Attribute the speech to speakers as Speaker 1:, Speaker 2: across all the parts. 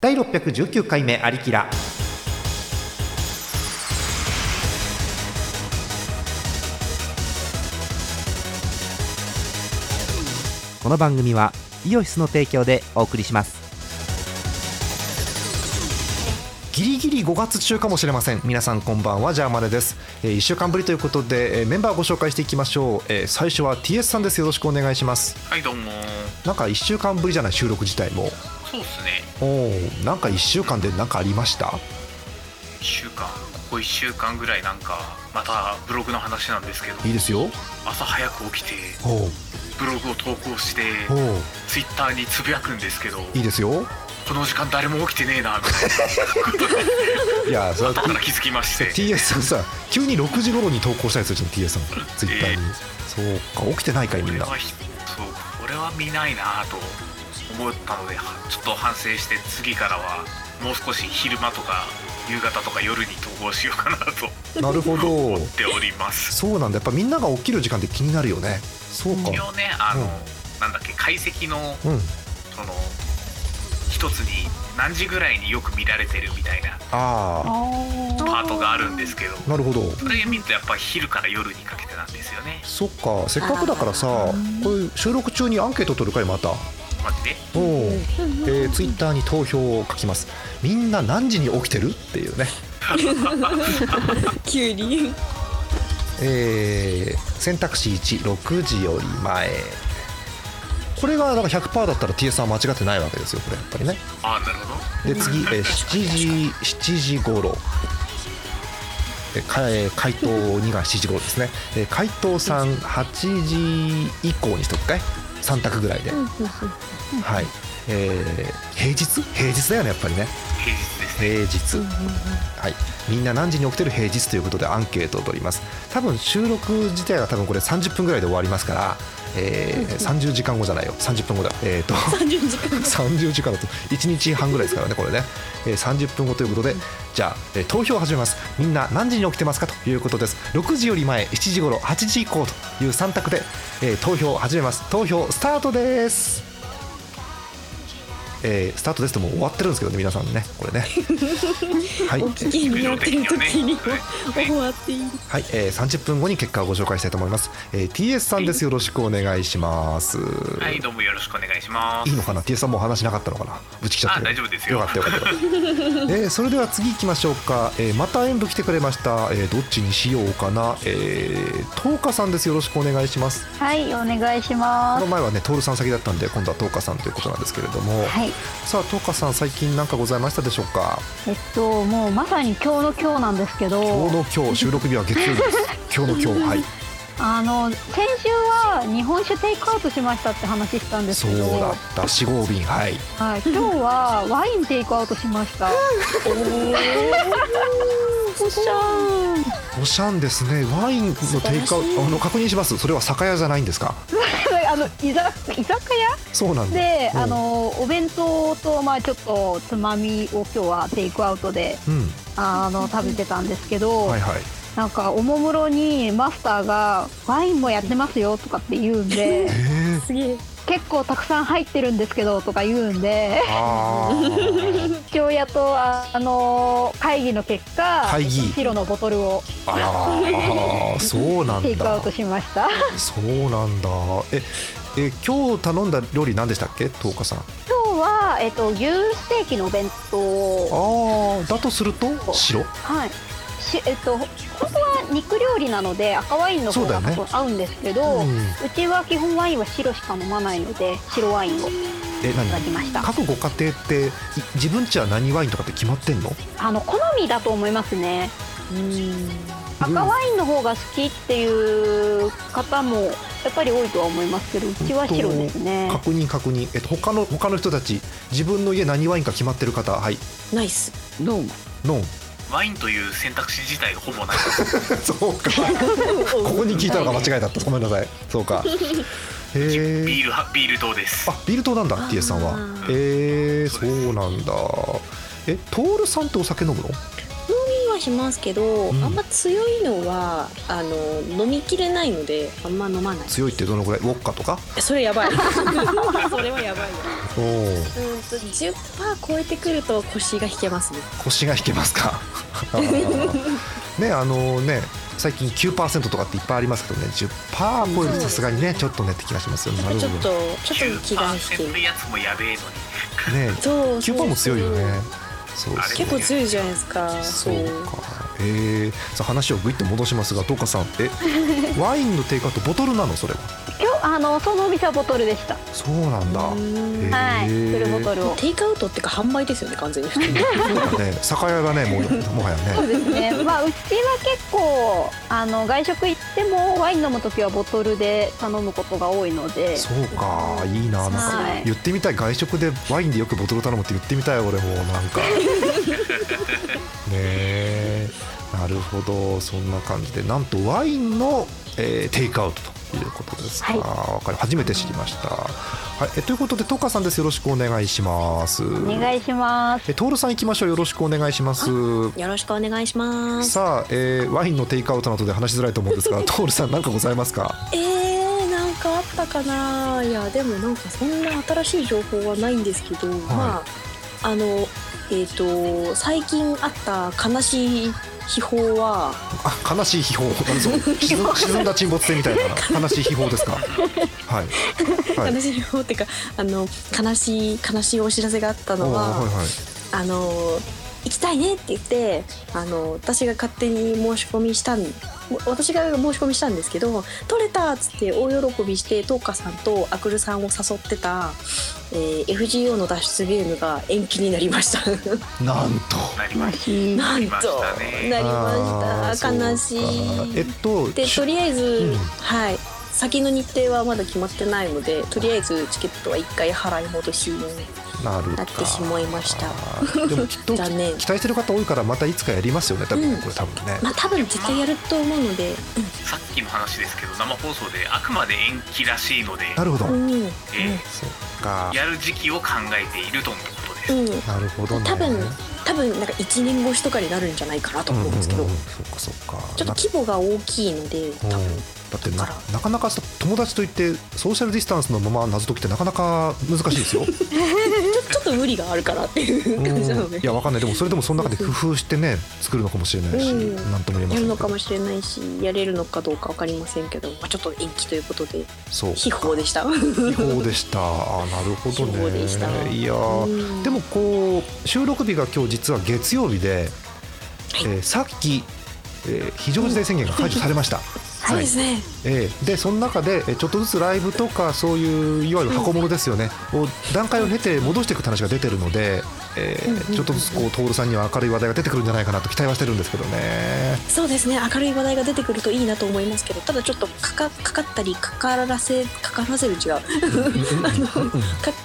Speaker 1: 第619回目アリキラこの番組はイオシスの提供でお送りしますギリギリ5月中かもしれません皆さんこんばんはジャーマネです、えー、1週間ぶりということで、えーメンバーをご紹介していきましょう、えー最初は TS さんですよろしくお願いします
Speaker 2: はいどうも
Speaker 1: なんか1週間ぶりじゃない収録自体も
Speaker 2: そうっすね
Speaker 1: おーなんか1週間で何かありました
Speaker 2: 1週間ここ1週間ぐらいなんかまたブログの話なんですけど
Speaker 1: いいですよ
Speaker 2: 朝早く起きて
Speaker 1: おう
Speaker 2: ブログを投稿して
Speaker 1: おう
Speaker 2: ツイッターにつぶやくんですけど
Speaker 1: いいですよ
Speaker 2: この時間誰も起きてね えなみたい
Speaker 1: い やそれは
Speaker 2: な後から気づきまして
Speaker 1: TS さんさ急に6時頃に投稿したやつじゃん TS さんツイッターに、そうか起きてないかいみん
Speaker 2: これ
Speaker 1: な
Speaker 2: はひそうこれは見ないなと思ったのではちょっと反省して次からはもう少し昼間とか夕方とか夜に投稿しようかなと 思
Speaker 1: なるほど
Speaker 2: っております
Speaker 1: そうなんだやっぱみんなが起きる時間って気になるよねそうか
Speaker 2: 一応ねあの、
Speaker 1: うん
Speaker 2: なんだっけ解析の
Speaker 1: うん
Speaker 2: その一つに何時ぐらいによく見られてるみたいな
Speaker 1: あ
Speaker 2: パートがあるんですけど
Speaker 1: あなるほど
Speaker 2: それ見るとやっぱ昼から夜にかけてなんですよね
Speaker 1: そっかせっかくだからさこういう収録中にアンケート取るかいまた
Speaker 2: マジで
Speaker 1: おお、えー、ツイッターに投票を書きますみんな何時に起きてるっていうね
Speaker 3: キュウリ
Speaker 1: えー選択肢16時より前これがなんか100%だったら TS さんは間違ってないわけですよこれやっぱりね
Speaker 2: ああなるほ
Speaker 1: で
Speaker 2: ど
Speaker 1: 次、えー7時7時頃えーかえー回答2が7時頃ですね、えー回答38時以降にしとくかい3択ぐらいで、はいえー平日平日だよねやっぱりね
Speaker 2: 平日です
Speaker 1: 平
Speaker 2: ね
Speaker 1: 日、はい、みんな何時に起きてる平日ということでアンケートを取ります多分収録自体は多分これ30分ぐらいで終わりますから、えー30時間後じゃないよ30分後だえっ、と
Speaker 3: 三十時間
Speaker 1: 30時間だと1日半ぐらいですからねこれね、えー30分後ということでじゃあ、えー投票を始めますみんな何時に起きてますかということです6時より前7時頃8時以降という3択で、えー投票を始めます投票スタートですえースタートですともう終わってるんですけどね皆さんねこれ ねはい、
Speaker 3: お聞きになってる時にも終わっている
Speaker 1: はいえー30分後に結果をご紹介したいと思います、えー TS さんですよろしくお願いします、
Speaker 2: はいどうもよろしくお願いしま
Speaker 1: いい
Speaker 2: す
Speaker 1: のかな TS さんもう話なかったのかなぶち切っちゃってる
Speaker 2: あ大丈夫ですよ
Speaker 1: かったよかった よかったえーそれでは次行きましょうか、えーまた演舞来てくれました、えーどっちにしようかなえートーカさんですよろしくお願いします
Speaker 4: はい、お願いし
Speaker 1: こ
Speaker 4: ま
Speaker 1: の
Speaker 4: す。
Speaker 1: 前はねトールさん先だったんで今度はトーカさんということなんですけれども、
Speaker 4: はい、
Speaker 1: さあトーカさん最近何かございましたでしょうか
Speaker 4: えっと、もうまさに今日の今日なんですけ
Speaker 1: 今
Speaker 4: ど
Speaker 1: 日。の今日収録日は月曜日です 今日の今日はい
Speaker 4: あの、先週は日本酒テイクアウトしましたって話したんです
Speaker 1: そ
Speaker 4: け
Speaker 1: う
Speaker 4: ど。
Speaker 1: だった4号便はい
Speaker 4: はい、今日はワインテイクアウトしました。
Speaker 3: おしゃん
Speaker 1: おしゃんですねワインのテイクアウ
Speaker 3: 素晴らし
Speaker 1: ト
Speaker 3: い
Speaker 1: あの確認しますそれは酒屋じゃないんですか
Speaker 4: あの、居酒居酒
Speaker 1: そうなんだ
Speaker 4: 屋で、
Speaker 1: うん
Speaker 4: あの、お弁当と、まあ、ちょっとつまみを今日はテイクアウトで。
Speaker 1: うん
Speaker 4: あの、食べてたんですけど。
Speaker 1: はいはい
Speaker 4: なんか、おもむろにマスターがワインもやってますよとかって言うんで。
Speaker 1: えー
Speaker 3: すげえ
Speaker 4: 結構たくさん入ってるんですけどとか言うんで
Speaker 1: あー
Speaker 4: 父親とああのー会議の結果
Speaker 1: 会議
Speaker 4: 白のボトルを
Speaker 1: あー そうなん
Speaker 4: テイクアウ
Speaker 1: だ
Speaker 4: トしました
Speaker 1: そうなんだええ今日頼んだ料理何でしたっけ十日さんあ
Speaker 4: 今日は、えっと、牛ステーキのお弁当を
Speaker 1: あだとすると白
Speaker 4: はいしえっと本当は肉料理なので赤ワインの方
Speaker 1: そうだ
Speaker 4: が
Speaker 1: よね
Speaker 4: 多分合うんですけどう,、
Speaker 1: うん
Speaker 4: ちは基本ワインは白しか飲まないので白ワインをい
Speaker 1: え
Speaker 4: ただき
Speaker 1: 何
Speaker 4: ました
Speaker 1: 各ご家庭ってい自分ちは何ワインとかって決まってんの
Speaker 4: あの好みだと思いますね
Speaker 3: うん
Speaker 4: 赤ワインの方が好きっていう方もやっぱり多いとは思いますけどうちは白ですね
Speaker 1: 確認確認えっと他の他の人たち自分の家何ワインか決まってる方はい
Speaker 3: ナイスどうも
Speaker 1: ノン
Speaker 2: ワインという選択肢自体がほぼない
Speaker 1: そうかここに聞いたのが間違いだったごめんなさいそうかへえ
Speaker 2: ビールはビール糖です
Speaker 1: あビルトなんだ TS さんは
Speaker 3: あー
Speaker 1: えー、そうなんだえトールさんってお酒飲むの
Speaker 3: 飲みはしますけど、
Speaker 1: うん
Speaker 3: あんま強いのはあの飲みきれないのであんま飲まない
Speaker 1: 強いってどのぐらいウォッカとか
Speaker 3: それやばいそれはやばいよ
Speaker 1: おお
Speaker 3: うんと10%超えてくると腰が引けますね
Speaker 1: 腰が引けますかねあのね最近9%とかっていっぱいありますけどね10%超えるとさすがにねちょっとねって気がしますよねなる
Speaker 3: ちょっ
Speaker 1: ほ
Speaker 3: と
Speaker 1: ど
Speaker 3: ちょっと気が引ける
Speaker 2: 9%やつもやべえのに
Speaker 1: ね
Speaker 3: そうそう
Speaker 1: 9%も強いよねそうそう
Speaker 3: 結構強いじゃないですか
Speaker 1: そうかえー、さあ話をぐいっと戻しますがどうかさん えワインの定価とボトルなのそれは
Speaker 4: 今日あのそのお店はボトルでした。
Speaker 1: そうなんだ
Speaker 3: うん
Speaker 4: は
Speaker 1: へ
Speaker 4: い。
Speaker 1: え
Speaker 4: フルボトルを。
Speaker 3: テイクアウトっていうか販売ですよね完全に普通に
Speaker 1: ね酒屋がねもうもはや
Speaker 4: そう
Speaker 1: ね
Speaker 4: ですね。 まあうちは結構あの外食行ってもワイン飲むときはボトルで頼むことが多いので。
Speaker 1: そうかいいななんか
Speaker 4: はい
Speaker 1: 言ってみたい外食でワインでよくボトル頼むって言ってみたい俺もなん かねえなるほどそんな感じでなんとワインの、えーテイクアウトということですか、
Speaker 4: はい
Speaker 1: わかり初めて知りました、はい、えということでトカさんですよろしくお願いします
Speaker 4: お願いします。
Speaker 1: えトールさん行きましょうよろしくお願いします
Speaker 3: よろしくお願いします
Speaker 1: さあ、えーワインのテイクアウトなどで話しづらいと思うん ですがトールさん何かございますか
Speaker 3: えー、なんかあったかないやでもなんかそんな新しい情報はないんですけど、まああのえっ、と最近あった悲しい秘宝は
Speaker 1: あ悲しい秘 宝何それ沈ん沈んだ沈没船みたいな悲しい秘宝ですかはい、はい
Speaker 3: 悲しい秘宝っていうかあの悲しい悲しいお知らせがあった
Speaker 1: お
Speaker 3: の
Speaker 1: ー
Speaker 3: は、
Speaker 1: はいはい
Speaker 3: あの行きたいねって言ってあの私が勝手に申し込みしたん私が申し込みしたんですけど「取れた!」っつって大喜びしてトーカさんとアクルさんを誘ってた、えー FGO の脱出ゲームが延期になりました
Speaker 1: なんと
Speaker 2: なりまし
Speaker 3: なん
Speaker 2: なり
Speaker 3: と
Speaker 2: ましたね
Speaker 3: なりました
Speaker 1: あー
Speaker 3: 悲し
Speaker 1: そうかえっ
Speaker 3: い
Speaker 1: と
Speaker 3: で
Speaker 1: ち
Speaker 3: とりあえず、
Speaker 1: ん
Speaker 3: はい先の日程はまだ決まってないのでとりあえずチケットは一回払い戻しに
Speaker 1: なる
Speaker 3: なってしまいました
Speaker 1: かでもきっ と
Speaker 3: 残念
Speaker 1: 期待してる方多いからまたいつかやりますよね多分ね
Speaker 3: うん
Speaker 1: これ多分ね、
Speaker 3: まあ多分絶対やると思うので
Speaker 2: たさっきの話ですけど生放送であくまで延期らしいので、
Speaker 1: なるほど、
Speaker 3: うん
Speaker 2: え
Speaker 1: そっか
Speaker 2: ーやる時期を考えているとのことです、
Speaker 3: うん
Speaker 1: なるほどね
Speaker 3: 多分多分なんか1年越しとかになるんじゃないかなと
Speaker 1: うん
Speaker 3: 思
Speaker 1: う
Speaker 3: う
Speaker 1: う
Speaker 3: んん
Speaker 1: んう
Speaker 3: で
Speaker 1: ん
Speaker 3: す
Speaker 1: そ
Speaker 3: けど、
Speaker 1: っかそっか
Speaker 3: ちょっと規模が大きいので
Speaker 1: うん
Speaker 3: 多分
Speaker 1: だってな
Speaker 3: だか
Speaker 1: なかなか友達といってソーシャルディスタンスのまま謎解きってなかなか難しいですよ。
Speaker 3: ちょちょっと無理があるからっていう
Speaker 1: うん
Speaker 3: 感じなので
Speaker 1: いやわかんないでもそれでもその中で工夫してね作るのかもしれないし
Speaker 3: うん
Speaker 1: なんとも言えませ
Speaker 3: やる
Speaker 1: ん
Speaker 3: のかも
Speaker 1: し
Speaker 3: しれないしやれるのかどうか分かりませんけど、まあ、ちょっと延期ということで
Speaker 1: そう
Speaker 3: 秘宝でした。
Speaker 1: 違法でしたあなるほど
Speaker 3: 違法
Speaker 1: ね
Speaker 3: でした
Speaker 1: いや
Speaker 3: うん
Speaker 1: ーでもこう収録日が今日実は月曜日で、えーさっき、えー非常事態宣言が解除されました。
Speaker 3: そうですね
Speaker 1: ええでその中でえちょっとずつライブとかそういういわゆる箱物ですよね、を段階を経て戻していくって話が出てるので、えー
Speaker 3: うんうんうんうん
Speaker 1: ちょっとずつこう徹さんには明るい話題が出てくるんじゃないかなと期待はしてるんですけどね。
Speaker 3: そうですね明るい話題が出てくるといいなと思いますけどただちょっとかかかかったりかからせかからせる違う か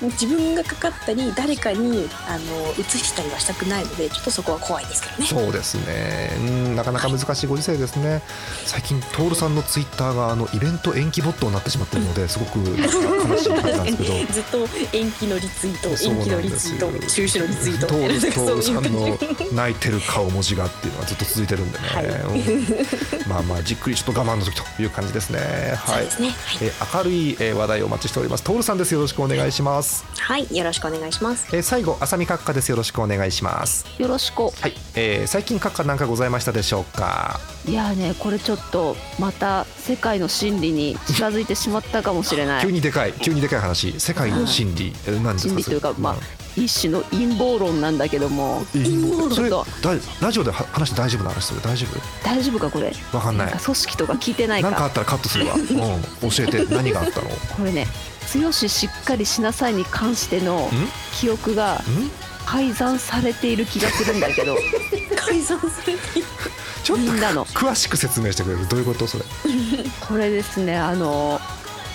Speaker 3: 自分がかかったり誰かにあの移したりはしたくないのでちょっとそこは怖いですけどね。
Speaker 1: そうですね、うん、なかなか難しいご時世ですね、最近、徹さんのツイッターがあのイベント延期ボットになってしまってるの で、すごく悲しい感じなんですけど。
Speaker 3: ずっと延期のリツイート
Speaker 1: そう
Speaker 3: 延期
Speaker 1: な
Speaker 3: の
Speaker 1: ん
Speaker 3: リ
Speaker 1: で
Speaker 3: ツ
Speaker 1: す
Speaker 3: イー
Speaker 1: よ
Speaker 3: ト中止のリツイート
Speaker 1: トール
Speaker 3: なんか
Speaker 1: トール
Speaker 3: そ
Speaker 1: さ
Speaker 3: う
Speaker 1: ん
Speaker 3: いう
Speaker 1: の
Speaker 3: 感じ
Speaker 1: 泣いてる顔文字がっていうのがずっと続いてるんでね、
Speaker 3: はい
Speaker 1: うん まあまあじっくりちょっと我慢の時という感じですね
Speaker 3: そう
Speaker 1: はい
Speaker 3: ですねはい
Speaker 1: えー明るいえー話題をお待ちしておりますトールさんですよろしくお願いします、
Speaker 3: はいよろしくお願いします
Speaker 1: えー最後浅見閣下ですよろしくお願いします
Speaker 4: よろしく。
Speaker 1: はい、えー最近閣下なんかございましたでしょうか
Speaker 5: いやーねこれちょっとまた世界の真理に近づいてしまったかもしれ な
Speaker 1: 急
Speaker 5: い
Speaker 1: にでかい急にでかい話世界の真理、えー何です
Speaker 5: 真
Speaker 1: か
Speaker 5: 理
Speaker 1: そ
Speaker 5: とい
Speaker 1: れ
Speaker 5: うかまあ一種の陰謀論なんだけども
Speaker 1: うんそれ
Speaker 5: ちょっ
Speaker 1: だラジオでは話して大丈夫な話それ大丈夫
Speaker 5: 大丈夫かこれ
Speaker 1: わかんない
Speaker 5: なんか組織とか聞いてない
Speaker 1: な
Speaker 5: か
Speaker 1: んかあったらカットするわ、うん、教えて何があったの
Speaker 5: これね「強ししっかりしなさい」に関しての記憶が
Speaker 1: ん
Speaker 5: 改ざんされている気がするんだ けど
Speaker 3: 解散する
Speaker 1: ちょっと
Speaker 5: みんなの
Speaker 1: 詳しく説明してくれるどういうことそれ
Speaker 5: これですねあの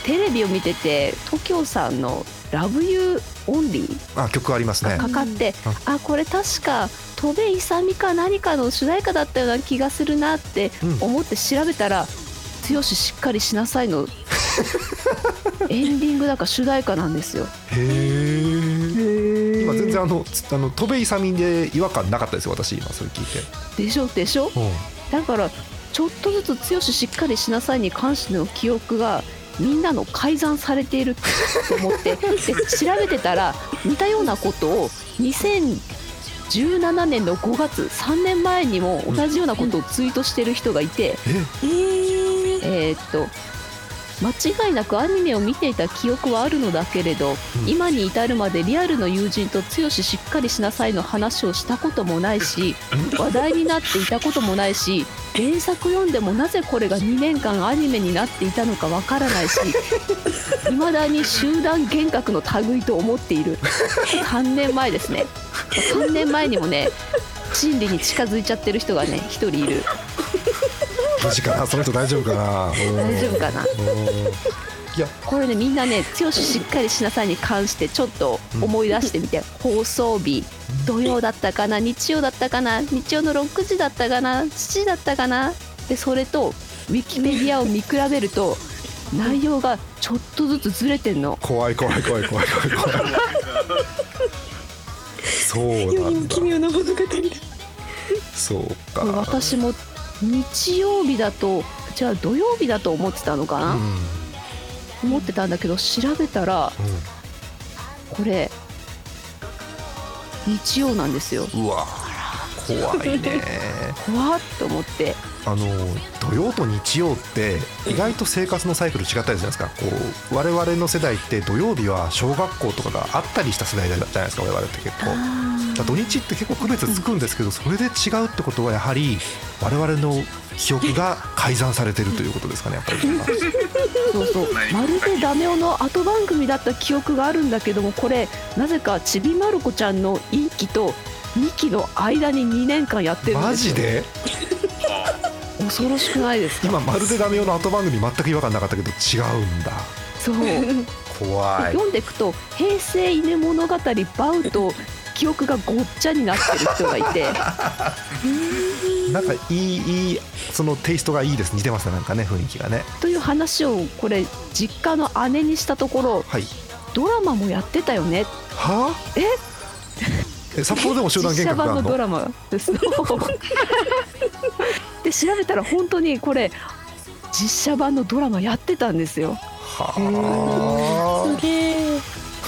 Speaker 5: テレビを見てて TOKIO さんの「ラブユーオンリー」
Speaker 1: あ曲ありますね
Speaker 5: かかって、あこれ確か戸辺勇か何かの主題歌だったような気がするなって
Speaker 1: うん
Speaker 5: 思って調べたら「剛しっかりしなさ いの」エンディングだから主題歌なんですよ。
Speaker 1: へえ今全然あのつあの戸辺勇で違和感なかったですよ私今それ聞いて
Speaker 5: でしょでしょだからちょっとずつ剛しっかりしなさいに関しての記憶が
Speaker 4: みんなの改ざんされていると思 ってで調べてたら似たようなことを2017年の5月3年前にも同じようなことをツイートしてる人がいて、
Speaker 3: えー、
Speaker 4: えーっと間違いなくアニメを見ていた記憶はあるのだけれど、
Speaker 1: うん
Speaker 4: 今に至るまでリアルの友人と「剛しっかりしなさい」の話をしたこともないし話題になっていたこともないし原作読んでもなぜこれが2年間アニメになっていたのかわからない し未だに集団幻覚の類と思っている3年前ですね3年前にもね真理に近づいちゃってる人がね1人いる
Speaker 1: 無事かなその人大丈夫か な
Speaker 4: 大
Speaker 1: 大
Speaker 4: 丈夫かな
Speaker 1: ないや
Speaker 4: これねみんなね「剛しっかりしなさい」に関してちょっと思い出してみて、放送日土曜だったかな日曜だったかな日曜の6時だったかな7時だったかなでそれとウィキペディアを見比べると内容がちょっとずつずれてんの
Speaker 1: 怖い怖い怖い怖い怖い怖いそう
Speaker 3: 世
Speaker 1: な
Speaker 3: に
Speaker 1: ん
Speaker 3: も
Speaker 1: だ
Speaker 3: 奇妙な物語だ
Speaker 1: そうか
Speaker 4: 私も日曜日だとじゃあ土曜日だと思ってたのか
Speaker 1: う
Speaker 4: な、
Speaker 1: ん
Speaker 4: 思ってたんだけど調べたらこれ日曜なんですよ
Speaker 1: うんうわ怖いね
Speaker 4: 怖っと思って
Speaker 1: あの土曜と日曜って意外と生活のサイクル違ったりするじゃないですかこう我々の世代って土曜日は小学校とかがあったりした世代じゃないですか我々って結構だから土日って結構区別つくんですけどそれで違うってことはやはり我々の記憶が改ざんされてるということ ですかねやっぱり
Speaker 4: そうそう
Speaker 2: 何
Speaker 4: まるでダメ男の後番組だった記憶があるんだけどもこれなぜかちびまる子ちゃんの1期と2期の間に2年間やってるん
Speaker 1: マ
Speaker 4: です
Speaker 1: ジ
Speaker 4: よ
Speaker 1: で
Speaker 4: 恐ろしくないですか
Speaker 1: 今まるでダメ用の後番組全く違和感なかったけど違うんだ
Speaker 4: そう
Speaker 1: 怖い
Speaker 4: 読んでいくと「平成犬物語バウ」と記憶がごっちゃになってる人がい て
Speaker 1: なんかいいいいそのテイストがいいです似てますねなんかね雰囲気がね
Speaker 4: という話をこれ実家の姉にしたところ
Speaker 1: はい
Speaker 4: ドラマもやってたよね
Speaker 1: はあ
Speaker 4: え
Speaker 1: え札幌でも集団
Speaker 4: 実
Speaker 1: 幻
Speaker 4: 写
Speaker 1: 覚があ
Speaker 4: 版の
Speaker 1: る
Speaker 4: ド
Speaker 1: の
Speaker 4: ラマですで調べたら本当にこれ実写版のドラマやってたんですよ。
Speaker 1: はあ
Speaker 3: すげえ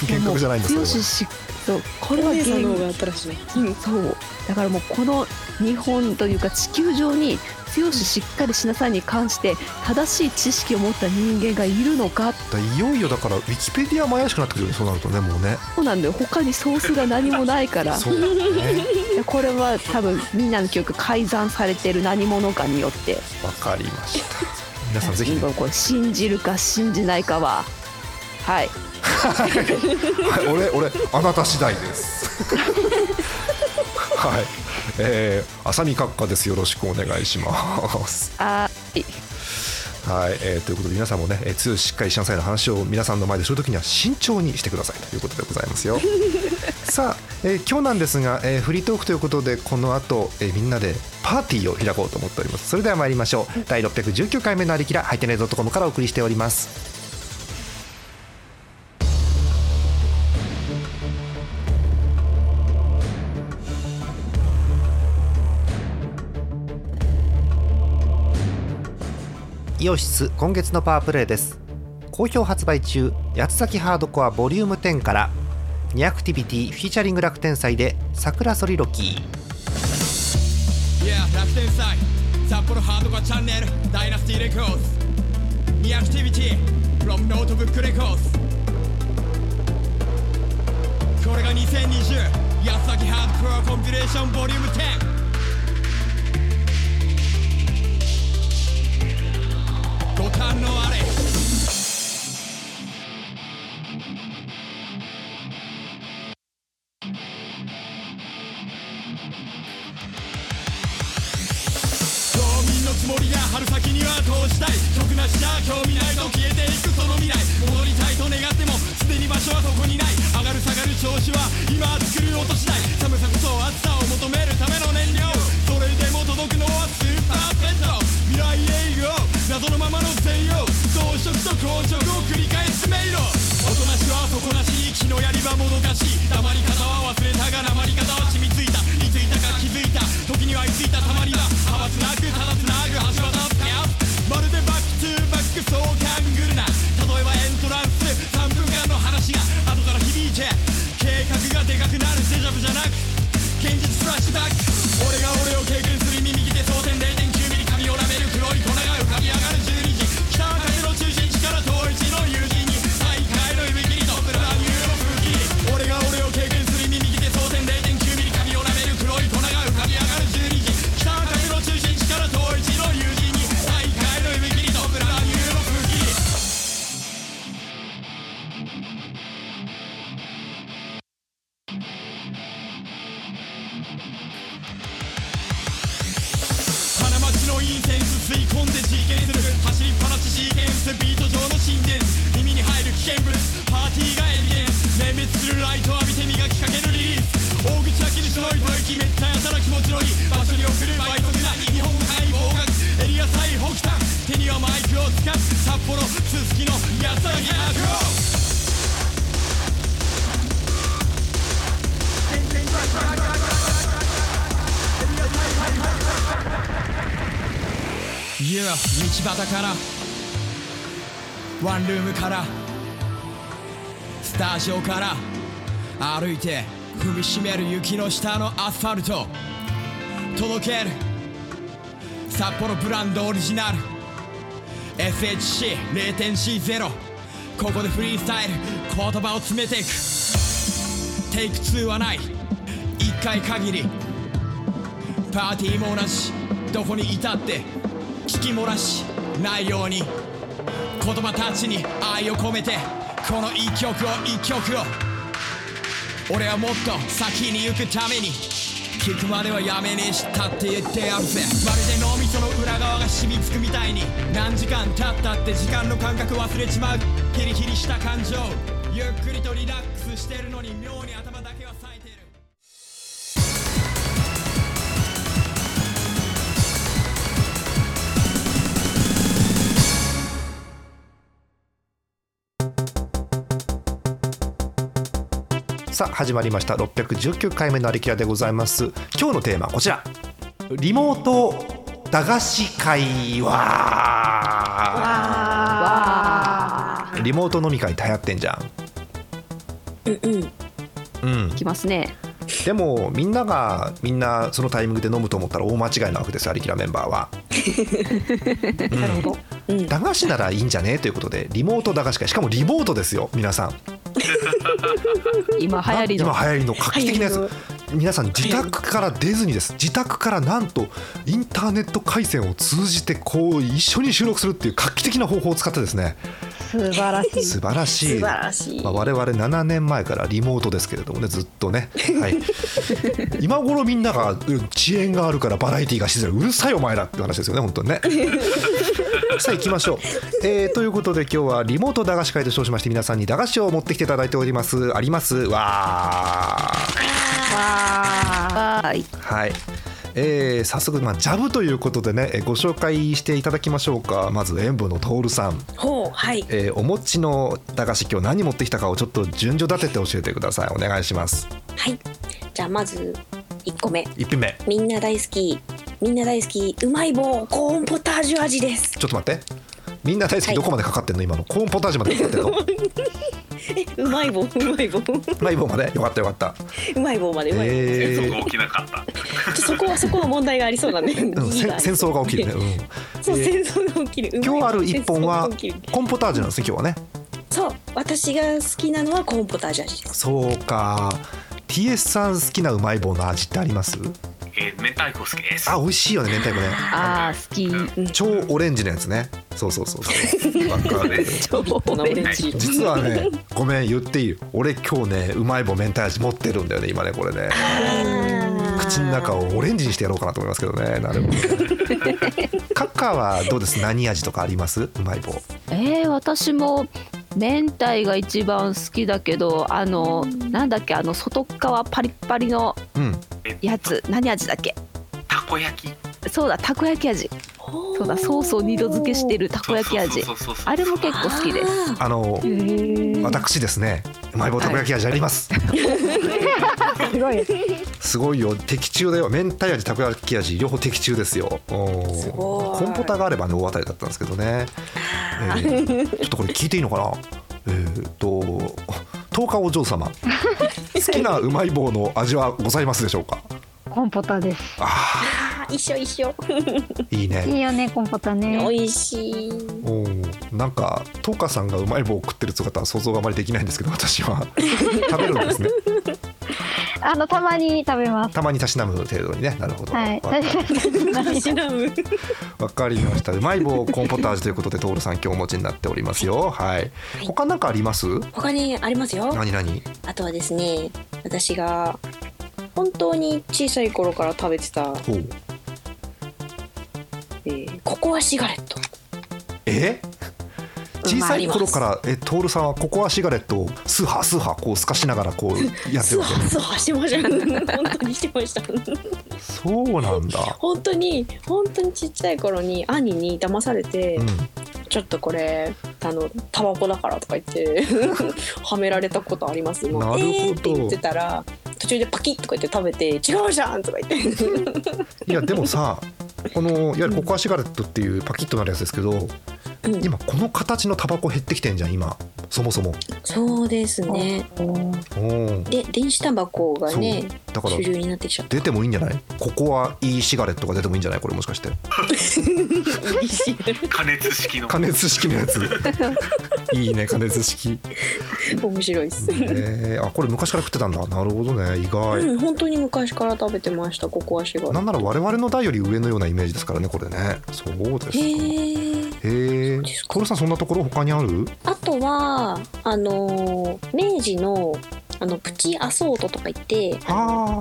Speaker 1: 幻覚じゃないんです
Speaker 4: もう
Speaker 1: よ
Speaker 4: 剛
Speaker 1: それは
Speaker 4: しそうこ
Speaker 3: こ
Speaker 4: れ
Speaker 3: れ
Speaker 4: は
Speaker 3: は
Speaker 4: 原
Speaker 3: さんの方が新しいねうん
Speaker 4: そうだからもうこの日本というか地球上に剛しっかりしなさいに関して正しい知識を持った人間がいるのか
Speaker 1: だからいよいよだからウィキペディアも怪しくなってくるよねそうなるとねもうね
Speaker 4: そうなんだよ他にソースが何もないから
Speaker 1: そうだね
Speaker 4: でこれは多分みんなの記憶改ざんされてる何者かによって
Speaker 1: わかりました皆さんぜひね
Speaker 4: 今これ信じるか信じないかははい
Speaker 1: はい、俺俺あなた次第です。 はい、えー、浅見閣下です。よろしくお願いします。
Speaker 4: あー
Speaker 1: はい、えーということで皆さんもね、えー、強いしっかりしなさいの話を皆さんの前でするときには慎重にしてくださいということでございますよ。さあ、えー今日なんですが、えーフリートークということでこの後、えーみんなでパーティーを開こうと思っております。それでは参りましょう。第619回目のありきらハイテネドットコムからお送りしております。イオシス今月のパワープレイです好評発売中八つ崎ハードコアボリューム10からニアクティビティフィーチャリング楽天祭で桜ソリロキー
Speaker 6: Yeah 楽天祭札幌ハードコアチャンネルダイナスティレコーズニアクティビティ from ノートブックレコーズこれが2020安崎ハードコアコンピレーションボリューム10ご堪能あれ道民のつもりが春先には投じたい得なしじゃ興味ないと消えていくその未来戻りたいと願ってもすでに場所はここにない上がる下がる調子は今作る音次第寒さこそ暑さを求めるための燃料それでも届くのはスーパーペット未来営業謎のままの専用増殖と硬直を繰り返す迷路おとなしは底なし気のやりはもどかしい黙り方は忘れたが黙り方は染みついたいついたか気づいた時にはいついたたまりは派閥なくただつなぐ橋渡すかまるでバックトゥーバックそう勘ぐるなただインセンス吸い込んで実験する走りっぱなしシーケンスビート上の心電図耳に入る危険物パーティーがエビデンス全滅するライト浴びて磨きかけるリリース大口開ける白い吐息めっちゃやたら気持ちのいい場所に送る倍速な日本海方角エリア最北端手にはマイクを使う札幌すすきの安らぎアクロ家は道端からワンルームからスタジオから歩いて踏みしめる雪の下のアスファルト届ける札幌ブランドオリジナル SHC0.C0 ここでフリースタイル言葉を詰めていくテイク2はない1回限りパーティーも同じどこにいたって聞き漏らしないように言葉たちに愛を込めてこの一曲を一曲を俺はもっと先に行くために聞くまではやめにしたって言ってやるぜまるで脳みその裏側が染みつくみたいに何時間経ったって時間の感覚忘れちまうヒリヒリした感情ゆっくりとリラックスしてるのに妙に頭だけは冴えてる
Speaker 1: さあ始まりました619回目のアリキラでございます今日のテーマはこちらリモート駄菓子会はリモート飲み会って流行ってんじゃん
Speaker 3: うんうん
Speaker 1: うん
Speaker 5: きますね
Speaker 1: でもみんながみんなそのタイミングで飲むと思ったら大間違いなわけですよアリキラメンバーは、うん
Speaker 4: なるほど
Speaker 3: うん
Speaker 1: 駄菓子ならいいんじゃねということでリモート駄菓子会しかもリモートですよ皆さん
Speaker 5: 今流行り
Speaker 1: な
Speaker 5: の
Speaker 1: 今流行りの画期的なや
Speaker 3: 流行
Speaker 1: つ皆さん自宅から出ずにです自宅からなんとインターネット回線を通じてこう一緒に収録するっていう画期的な方法を使ってですね
Speaker 4: 素晴らしい
Speaker 1: 素晴らしい
Speaker 3: 素晴らしい
Speaker 1: まあ、我々7年前からリモートですけれどもねずっと ね、はい、今頃みんながうん遅延があるからバラエティーがしづらいうるさいお前らって話ですよね本当に ねさあ行きましょう、えーということで今日はリモート駄菓子会と称しまして皆さんに駄菓子を持ってきていただいておりますありますわー
Speaker 5: わーい
Speaker 1: はい。えー早速、まあ、ジャブということでね、えーご紹介していただきましょうかまず演武の徹さん、
Speaker 3: ほうはい
Speaker 1: えーお持ちの駄菓子今日何持ってきたかをちょっと順序立てて教えてくださいお願いします
Speaker 3: はいじゃあまず1個目
Speaker 1: 1品目
Speaker 3: みんな大好きみんな大好きうまい棒コーンポタージュ味です
Speaker 1: ちょっと待ってみんな大好き
Speaker 3: はい
Speaker 1: どこまでかかってんの今のコーンポタージュまでかかって んの
Speaker 3: うまい棒うまい棒う
Speaker 1: ライブまでよかったよかった
Speaker 3: まい棒までうまい棒、
Speaker 1: え
Speaker 2: そ
Speaker 1: ー
Speaker 2: こ起きなかった
Speaker 3: そこはそこは問題がありそうだね、
Speaker 1: うん、
Speaker 3: ギリ
Speaker 1: せ
Speaker 3: があり
Speaker 1: 戦争が起きるね、 うん
Speaker 3: そう
Speaker 1: えー
Speaker 3: 戦争が起きるうまい棒
Speaker 1: 今日ある1本は
Speaker 3: 戦争が起きる
Speaker 1: コーンポタージュなんですね今日はね
Speaker 3: そう私が好きなのはコーンポタージュ味です
Speaker 1: そうか TS さん好きなうまい棒の味ってあります
Speaker 2: えー、明太子好きです
Speaker 1: あ美味しいよね明太子ね
Speaker 5: あー好き
Speaker 1: 超オレンジのやつねそうそうそうそう わかる
Speaker 3: オレンジ色
Speaker 1: 実はねごめん言っていい俺今日ねうまい棒明太味持ってるんだよね今ねこれね口の中をオレンジにしてやろうかなと思いますけどねなるほどカッカーはどうです何味とかありますうまい棒
Speaker 5: えー、私も明太が一番好きだけどあのなんだっけあの外側パリッパリの
Speaker 1: うん
Speaker 5: やつ何味だっけ
Speaker 2: たこ焼き
Speaker 5: そうだたこ焼き味そうだソースを二度漬けしてるたこ焼き味
Speaker 2: そうそうそうそう
Speaker 5: あれも結構好きです
Speaker 1: あの私ですねうまい棒たこ焼き味あります、
Speaker 4: すごいです
Speaker 1: すごいよ的中だよ明太味たこ焼き味両方的中ですよおー
Speaker 3: すごい
Speaker 1: コンポタがあればね大当たりだったんですけどね、えーちょっとこれ聞いていいのかなえーっと十日お嬢様好きなうまい棒の味はございますでしょうか
Speaker 4: コンポタです
Speaker 1: あ
Speaker 3: あ一緒一緒
Speaker 1: ーいい
Speaker 4: い
Speaker 1: ね
Speaker 4: いよねコンポタね
Speaker 3: 美味し い
Speaker 1: おーなんか十日さんがうまい棒を食ってる姿は想像があまりできないんですけど私は食べるんですね
Speaker 4: あのたまに食べます
Speaker 1: たまにたしなむ程度にねなるほど、
Speaker 4: はい
Speaker 1: わ
Speaker 3: シナム
Speaker 1: わかりましたうまい棒コーンポタージュということで徹さん今日お持ちになっておりますよはい他なんかあります
Speaker 3: 他にありますよ
Speaker 1: 何何
Speaker 3: あとはですね私が本当に小さい頃から食べてた、
Speaker 1: ほう
Speaker 3: えーここはシガレット
Speaker 1: え小さい頃か
Speaker 3: ま
Speaker 1: らえ徹さんはココアシガレットをスーハースーハーこうすかしながらこうやって
Speaker 3: ス
Speaker 1: る
Speaker 3: ワ
Speaker 1: わけ
Speaker 3: スワしてました 本当にしてました
Speaker 1: そうなんだ
Speaker 3: 本当に本当にちっちゃい頃に兄に騙されて、
Speaker 1: うん
Speaker 3: ちょっとこれあのタバコだからとか言って はめられたことありますもう
Speaker 1: なるほど
Speaker 3: えーって言ってたら途中でパキッとか言って食べて「違うじゃん!」とか言って
Speaker 1: いやでもさこのいわゆるココアシガレットっていうパキッとなるやつですけど、
Speaker 3: うん
Speaker 1: 今この形のタバコ減ってきてんじゃん今そもそも
Speaker 3: そうですね
Speaker 1: おー
Speaker 3: で電子タバコがね
Speaker 1: そうだから
Speaker 3: 主流になってき ちゃった
Speaker 1: 出てもいいんじゃないココア E シガレットが出てもいいんじゃないこれもしかして
Speaker 2: 加熱式の
Speaker 1: 加熱式のや ついいね加熱式、
Speaker 3: 面白いっす、
Speaker 1: えー、あこれ昔から食ってたんだなるほどね意外、
Speaker 3: うん本当に昔から食べてましたココアシガレ
Speaker 1: な
Speaker 3: ッ
Speaker 1: んなら我々の代より上のようなイメージですからねこれねそうです
Speaker 3: トへー
Speaker 1: へえ
Speaker 3: ですか
Speaker 1: 徹さんそんなところ他にある
Speaker 3: あとはあのー明治のあのプチアソートとか言って
Speaker 1: あ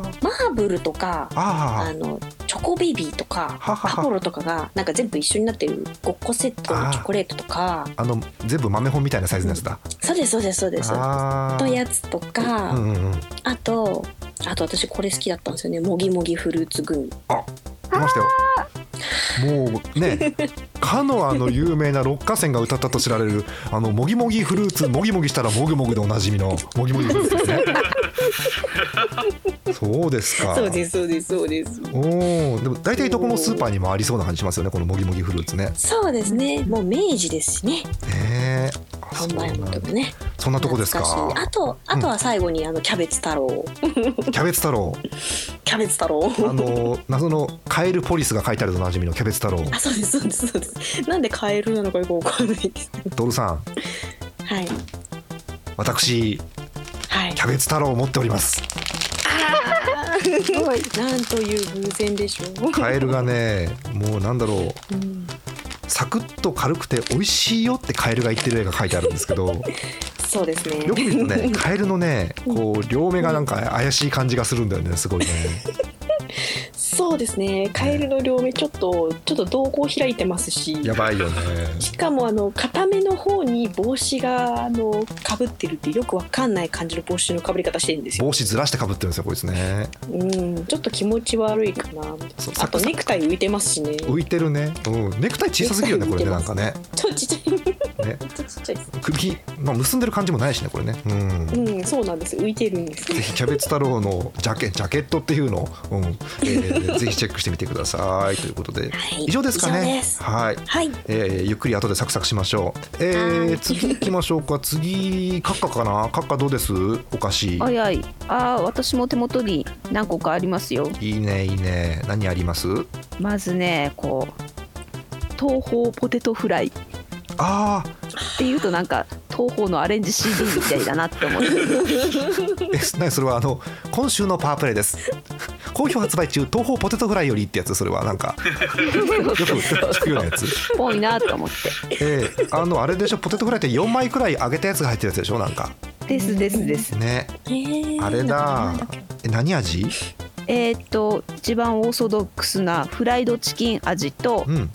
Speaker 1: ー
Speaker 3: マーブルとかあ
Speaker 1: あ
Speaker 3: のチョコベビーとか
Speaker 1: ははは
Speaker 3: アポロとかがなんか全部一緒になってる5個セットのチョコレートとか
Speaker 1: ああの全部豆本みたいなサイズのやつだ、
Speaker 3: そうですそうですそうです
Speaker 1: ああ
Speaker 3: のやつとか、
Speaker 1: うんうんうん
Speaker 3: あとあと私これ好きだったんですよねもぎもぎフルーツグミ
Speaker 1: 出ましたよもう ねかのあの有名な六花線が歌ったと知られるあのもぎもぎフルーツもぎもぎしたらもぐもぐでおなじみのもぎもぎフルーツ ですねそうですか
Speaker 3: すそうですそうです
Speaker 1: おーでも大体どこのスーパーにもありそうな感じしますよねこのもぎもぎフルーツね
Speaker 3: そうですねもう明治ですし
Speaker 1: ね
Speaker 3: ね
Speaker 1: えあそう
Speaker 3: 販
Speaker 1: な
Speaker 3: 売
Speaker 1: んだ
Speaker 3: 元もね
Speaker 1: そんなとこですか
Speaker 3: 懐しいあとあとは最後にあのキャベツ太郎
Speaker 1: キャベツ太 郎
Speaker 3: キャベツ太郎
Speaker 1: あの謎のカエルポリスが書いてあるとおなじみのキャベツ太郎
Speaker 3: あそうですそうですそうですなんでカエルなのかよくわかんないです
Speaker 1: ドルさん
Speaker 3: はい
Speaker 1: 私
Speaker 3: はい
Speaker 1: キャベツ太郎を持っております
Speaker 3: すごいなんという偶然でしょう
Speaker 1: カエルがねもうなんだろう
Speaker 3: うん
Speaker 1: サクッと軽くて美味しいよってカエルが言ってる絵が書いてあるんですけど
Speaker 3: そうですね
Speaker 1: よく見るとねカエルのねこう両目がなんか怪しい感じがするんだよねすごいね
Speaker 3: そうですねカエルの両目ちょっとちょっと瞳孔開いてますし
Speaker 1: やばいよね
Speaker 3: しかもあの片目の方に帽子があのかぶってるってよくわかんない感じの帽子のかぶり方してるんですよ、
Speaker 1: 帽子ずらしてかぶってるんですよこいつね
Speaker 3: うん、ちょっと気持ち悪いかなみたい
Speaker 1: そう
Speaker 3: なあとネクタイ浮いてますしねちょ
Speaker 1: 浮いてるね、うん、ネクタイ小さすぎるよねこれねなんかね
Speaker 3: っとちっちゃい ち
Speaker 1: ね
Speaker 3: ょっとちっちゃいです
Speaker 1: 首、まあ、結んでる感じもないしねこれねうん
Speaker 3: うんそうなんです浮いてるんです
Speaker 1: ぜひキャベツ太郎のジャケジャケットっていうのを、うんえーぜひチェックしてみてくださいということで、
Speaker 3: はい
Speaker 1: 以上ですかね
Speaker 3: 以上です
Speaker 1: はい、
Speaker 3: はい
Speaker 1: えーゆっくり後でサクサクしましょう、えー次行きましょう か次カッカかなカッカどうですお菓子
Speaker 5: あいあいあー私も手元に何個かありますよ
Speaker 1: いいねいいね何あります
Speaker 5: まずねこう東宝ポテトフライっ
Speaker 1: あ
Speaker 5: ていうとなんか東宝のアレンジ CD みたいだなっ て思って
Speaker 1: ーえ何それはあの今週のパワープレイです 好評発売中東宝ポテトフライよりってやつそれはなんかよく聞くようなやつ
Speaker 5: ぽいなと思って
Speaker 1: えーあのあれでしょポテトフライって4枚くらい揚げたやつが入ってるやつでしょなんか
Speaker 5: ですですです
Speaker 1: ね
Speaker 3: へー
Speaker 1: あれだえ何味
Speaker 5: えーっと一番オーソドックスなフライドチキン味と
Speaker 1: うん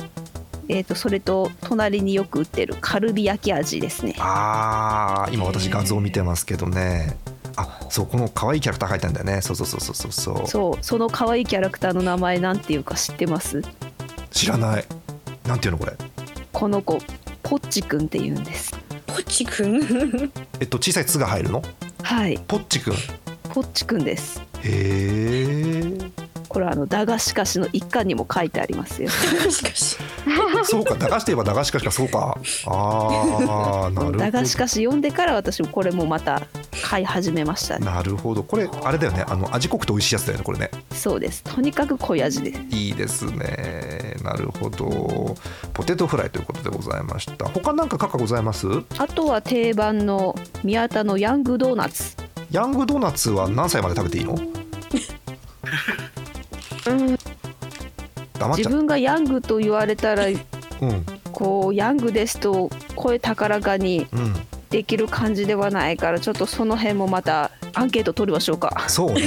Speaker 5: えーっとそれと隣によく売ってるカルビ焼き味ですね
Speaker 1: あー今私画像見てますけどねあそうこの可愛いキャラクター描いたんだよねそうそうそうそうそうそう
Speaker 5: そうその可愛いキャラクターの名前なんていうか知ってます
Speaker 1: 知らないなんていうのこれ
Speaker 5: この子ポッチくんって言うんです
Speaker 3: ポチ君
Speaker 1: えっと小さい「つ」が入るの
Speaker 5: はい
Speaker 1: ポッチくんへ
Speaker 5: ポッチくんです
Speaker 1: え
Speaker 5: これはあの駄菓子菓子の一環にも書いてありますよ
Speaker 3: しかし
Speaker 1: そうか駄菓子といえば駄菓子かしかそうかあーなるほど
Speaker 5: 駄菓子菓子読んでから私もこれもまた買い始めましたね
Speaker 1: なるほどこれあれだよねあの味濃くて美味しいやつだよねこれね
Speaker 5: そうですとにかく濃い味です
Speaker 1: いいですねなるほどポテトフライということでございました他なんかかかございます
Speaker 5: あとは定番の宮田のヤングドーナツ
Speaker 1: ヤングドーナツは何歳まで食べていいの黙っち
Speaker 5: 自
Speaker 1: ゃう、
Speaker 5: 分がヤングと言われたら
Speaker 1: うん
Speaker 5: こうヤングですと声高らかに
Speaker 1: うん、
Speaker 5: できる感じではないからちょっとその辺もまたアンケート取りましょうか
Speaker 1: そうね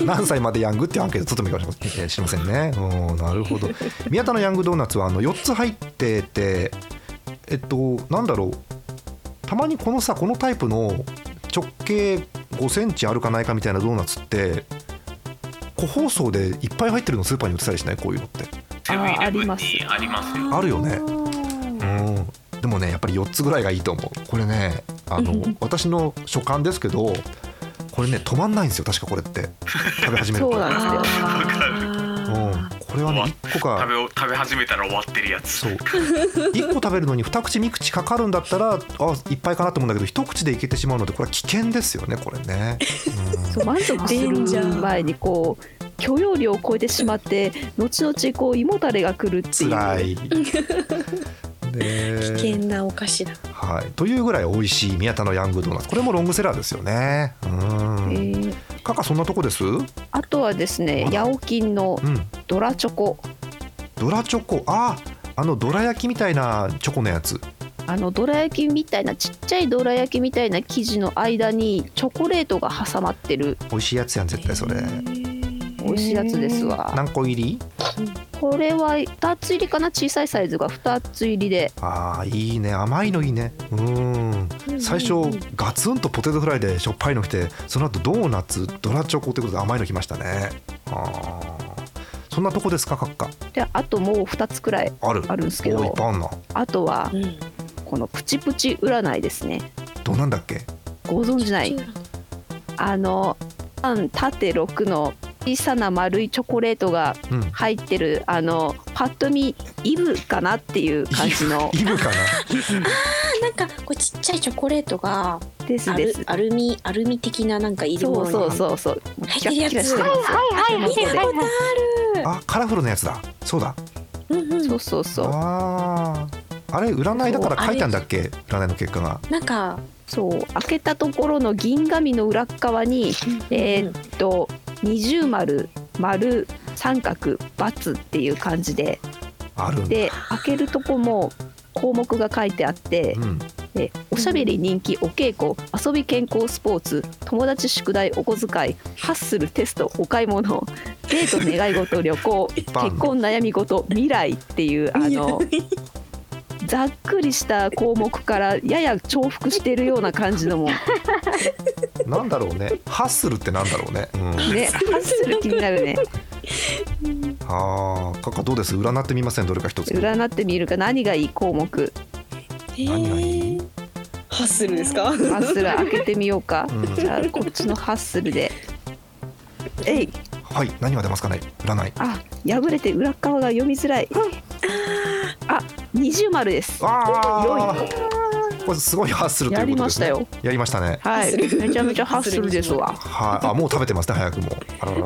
Speaker 1: 何歳までヤングっていうアンケート取ってもいいかもしれませんね。うんなるほど。宮田のヤングドーナツはあの4つ入ってて、えっと、なんだろう、たまにこのさ、このタイプの直径5センチあるかないかみたいなドーナツって、個包装でいっぱい入ってるのスーパーに売ってたりしないこういうのって。
Speaker 2: セブンイレブンに
Speaker 5: あー
Speaker 2: あります よ
Speaker 1: あるよね。うん。でもね、やっぱり4つぐらいがいいと思う。これね、あの、私の所感ですけど、これね、止まんないんですよ、確かこれって。食べ始める
Speaker 5: そ
Speaker 1: と。
Speaker 5: うなんですよ
Speaker 2: わかる
Speaker 1: うん、これはね
Speaker 2: うわ
Speaker 1: 1個
Speaker 2: 食
Speaker 1: か
Speaker 2: べを食べ始めたら終わってるやつ
Speaker 1: そう1個食べるのに2口3口かかるんだったらあいっぱいかなと思うんだけど一口でいけてしまうのでこれは危険ですよねこれ ね、
Speaker 5: そう満足する前にこう許容量を超えてしまって後々こう胃もたれがくるっ
Speaker 1: う
Speaker 5: てい
Speaker 1: ん、
Speaker 5: う
Speaker 1: 辛い
Speaker 3: 危
Speaker 1: で
Speaker 3: 険なお菓子だ
Speaker 1: はい、というぐらい美味しい宮田のヤングドーナツこれもロングセラーですよねう
Speaker 5: え
Speaker 1: ん
Speaker 5: ー
Speaker 1: カカそんなとこですうん
Speaker 5: あとはですねヤオキンのドラチョコ
Speaker 1: ドラチョコああのドラ焼きみたいなチョコのやつ
Speaker 5: あのどら焼きみたいなちっちゃいどら焼きみたいな生地の間にチョコレートが挟まってる
Speaker 1: 美味しいやつやん絶対それ
Speaker 5: 美味しいやつですわ
Speaker 1: 何個入り
Speaker 5: これは2つ入りかな小さいサイズが2つ入りで
Speaker 1: あーいいね甘いのいいねうん最初ガツンとポテトフライでしょっぱいの来てその後ドーナツドラチョコということで甘いの来ましたねあーそんなとこですかカッカ
Speaker 5: であともう2つくらい
Speaker 1: ある
Speaker 5: あるんですけど
Speaker 1: おーいっぱいあんな
Speaker 5: あとは
Speaker 3: うん
Speaker 5: このプチプチ占いですね
Speaker 1: どうなんだっけ
Speaker 5: ご存知ないあの半縦6の小さな丸いチョコレートが
Speaker 1: うん
Speaker 5: 入ってるあのパッと見イブかなっていう感じの
Speaker 1: イブかな
Speaker 3: なんかこうちっちゃいチョコレートが
Speaker 5: です
Speaker 3: ア
Speaker 5: で
Speaker 3: ル
Speaker 5: す
Speaker 3: アルミアルミ的ななんか入り
Speaker 5: そ
Speaker 3: 物
Speaker 5: うそうそうそう
Speaker 3: 入っ
Speaker 5: キラ
Speaker 3: てるや
Speaker 5: ッ
Speaker 3: つ
Speaker 5: キラしてるんですよ
Speaker 4: はいはい
Speaker 3: 見たことある
Speaker 1: あカラフルなやつだそうだ
Speaker 3: うんうん
Speaker 5: そうそうそう
Speaker 1: あーあれ占いだから書いたんだっけ占いの結果が
Speaker 3: なんか
Speaker 5: そう開けたところの銀紙の裏っ側にえーっと二重丸丸三角×っていう感じで
Speaker 1: あるんだ
Speaker 5: で開けるとこも項目が書いてあって
Speaker 1: うん、
Speaker 5: でおしゃべり人気お稽古遊び健康スポーツ友達宿題お小遣いハッスルテストお買い物デート願い事旅行結
Speaker 1: 般
Speaker 5: 婚悩み事未来っていうあのざっくりした項目からやや重複しているような感じのもね
Speaker 1: なんだろうねハッスルってなんだろうね、うん、
Speaker 5: ハ ッスル気になるね
Speaker 1: あーカッカどうです占ってみませんどれか一つ
Speaker 5: 占ってみるか何がいい項目
Speaker 1: 何がいい
Speaker 3: ハッスルですか
Speaker 5: ハッスル開けてみようか、
Speaker 1: うん
Speaker 5: じゃあこっちのハッスルでえい
Speaker 1: はい何が出ますかね占い
Speaker 5: あ破れて裏側が読みづらいあ二重丸です
Speaker 1: ああこれすごいハッスルということですね
Speaker 5: やりました
Speaker 1: やりましたね
Speaker 5: はいめちゃめちゃハッスルですわ
Speaker 1: はいあもう食べてますね早くもあらら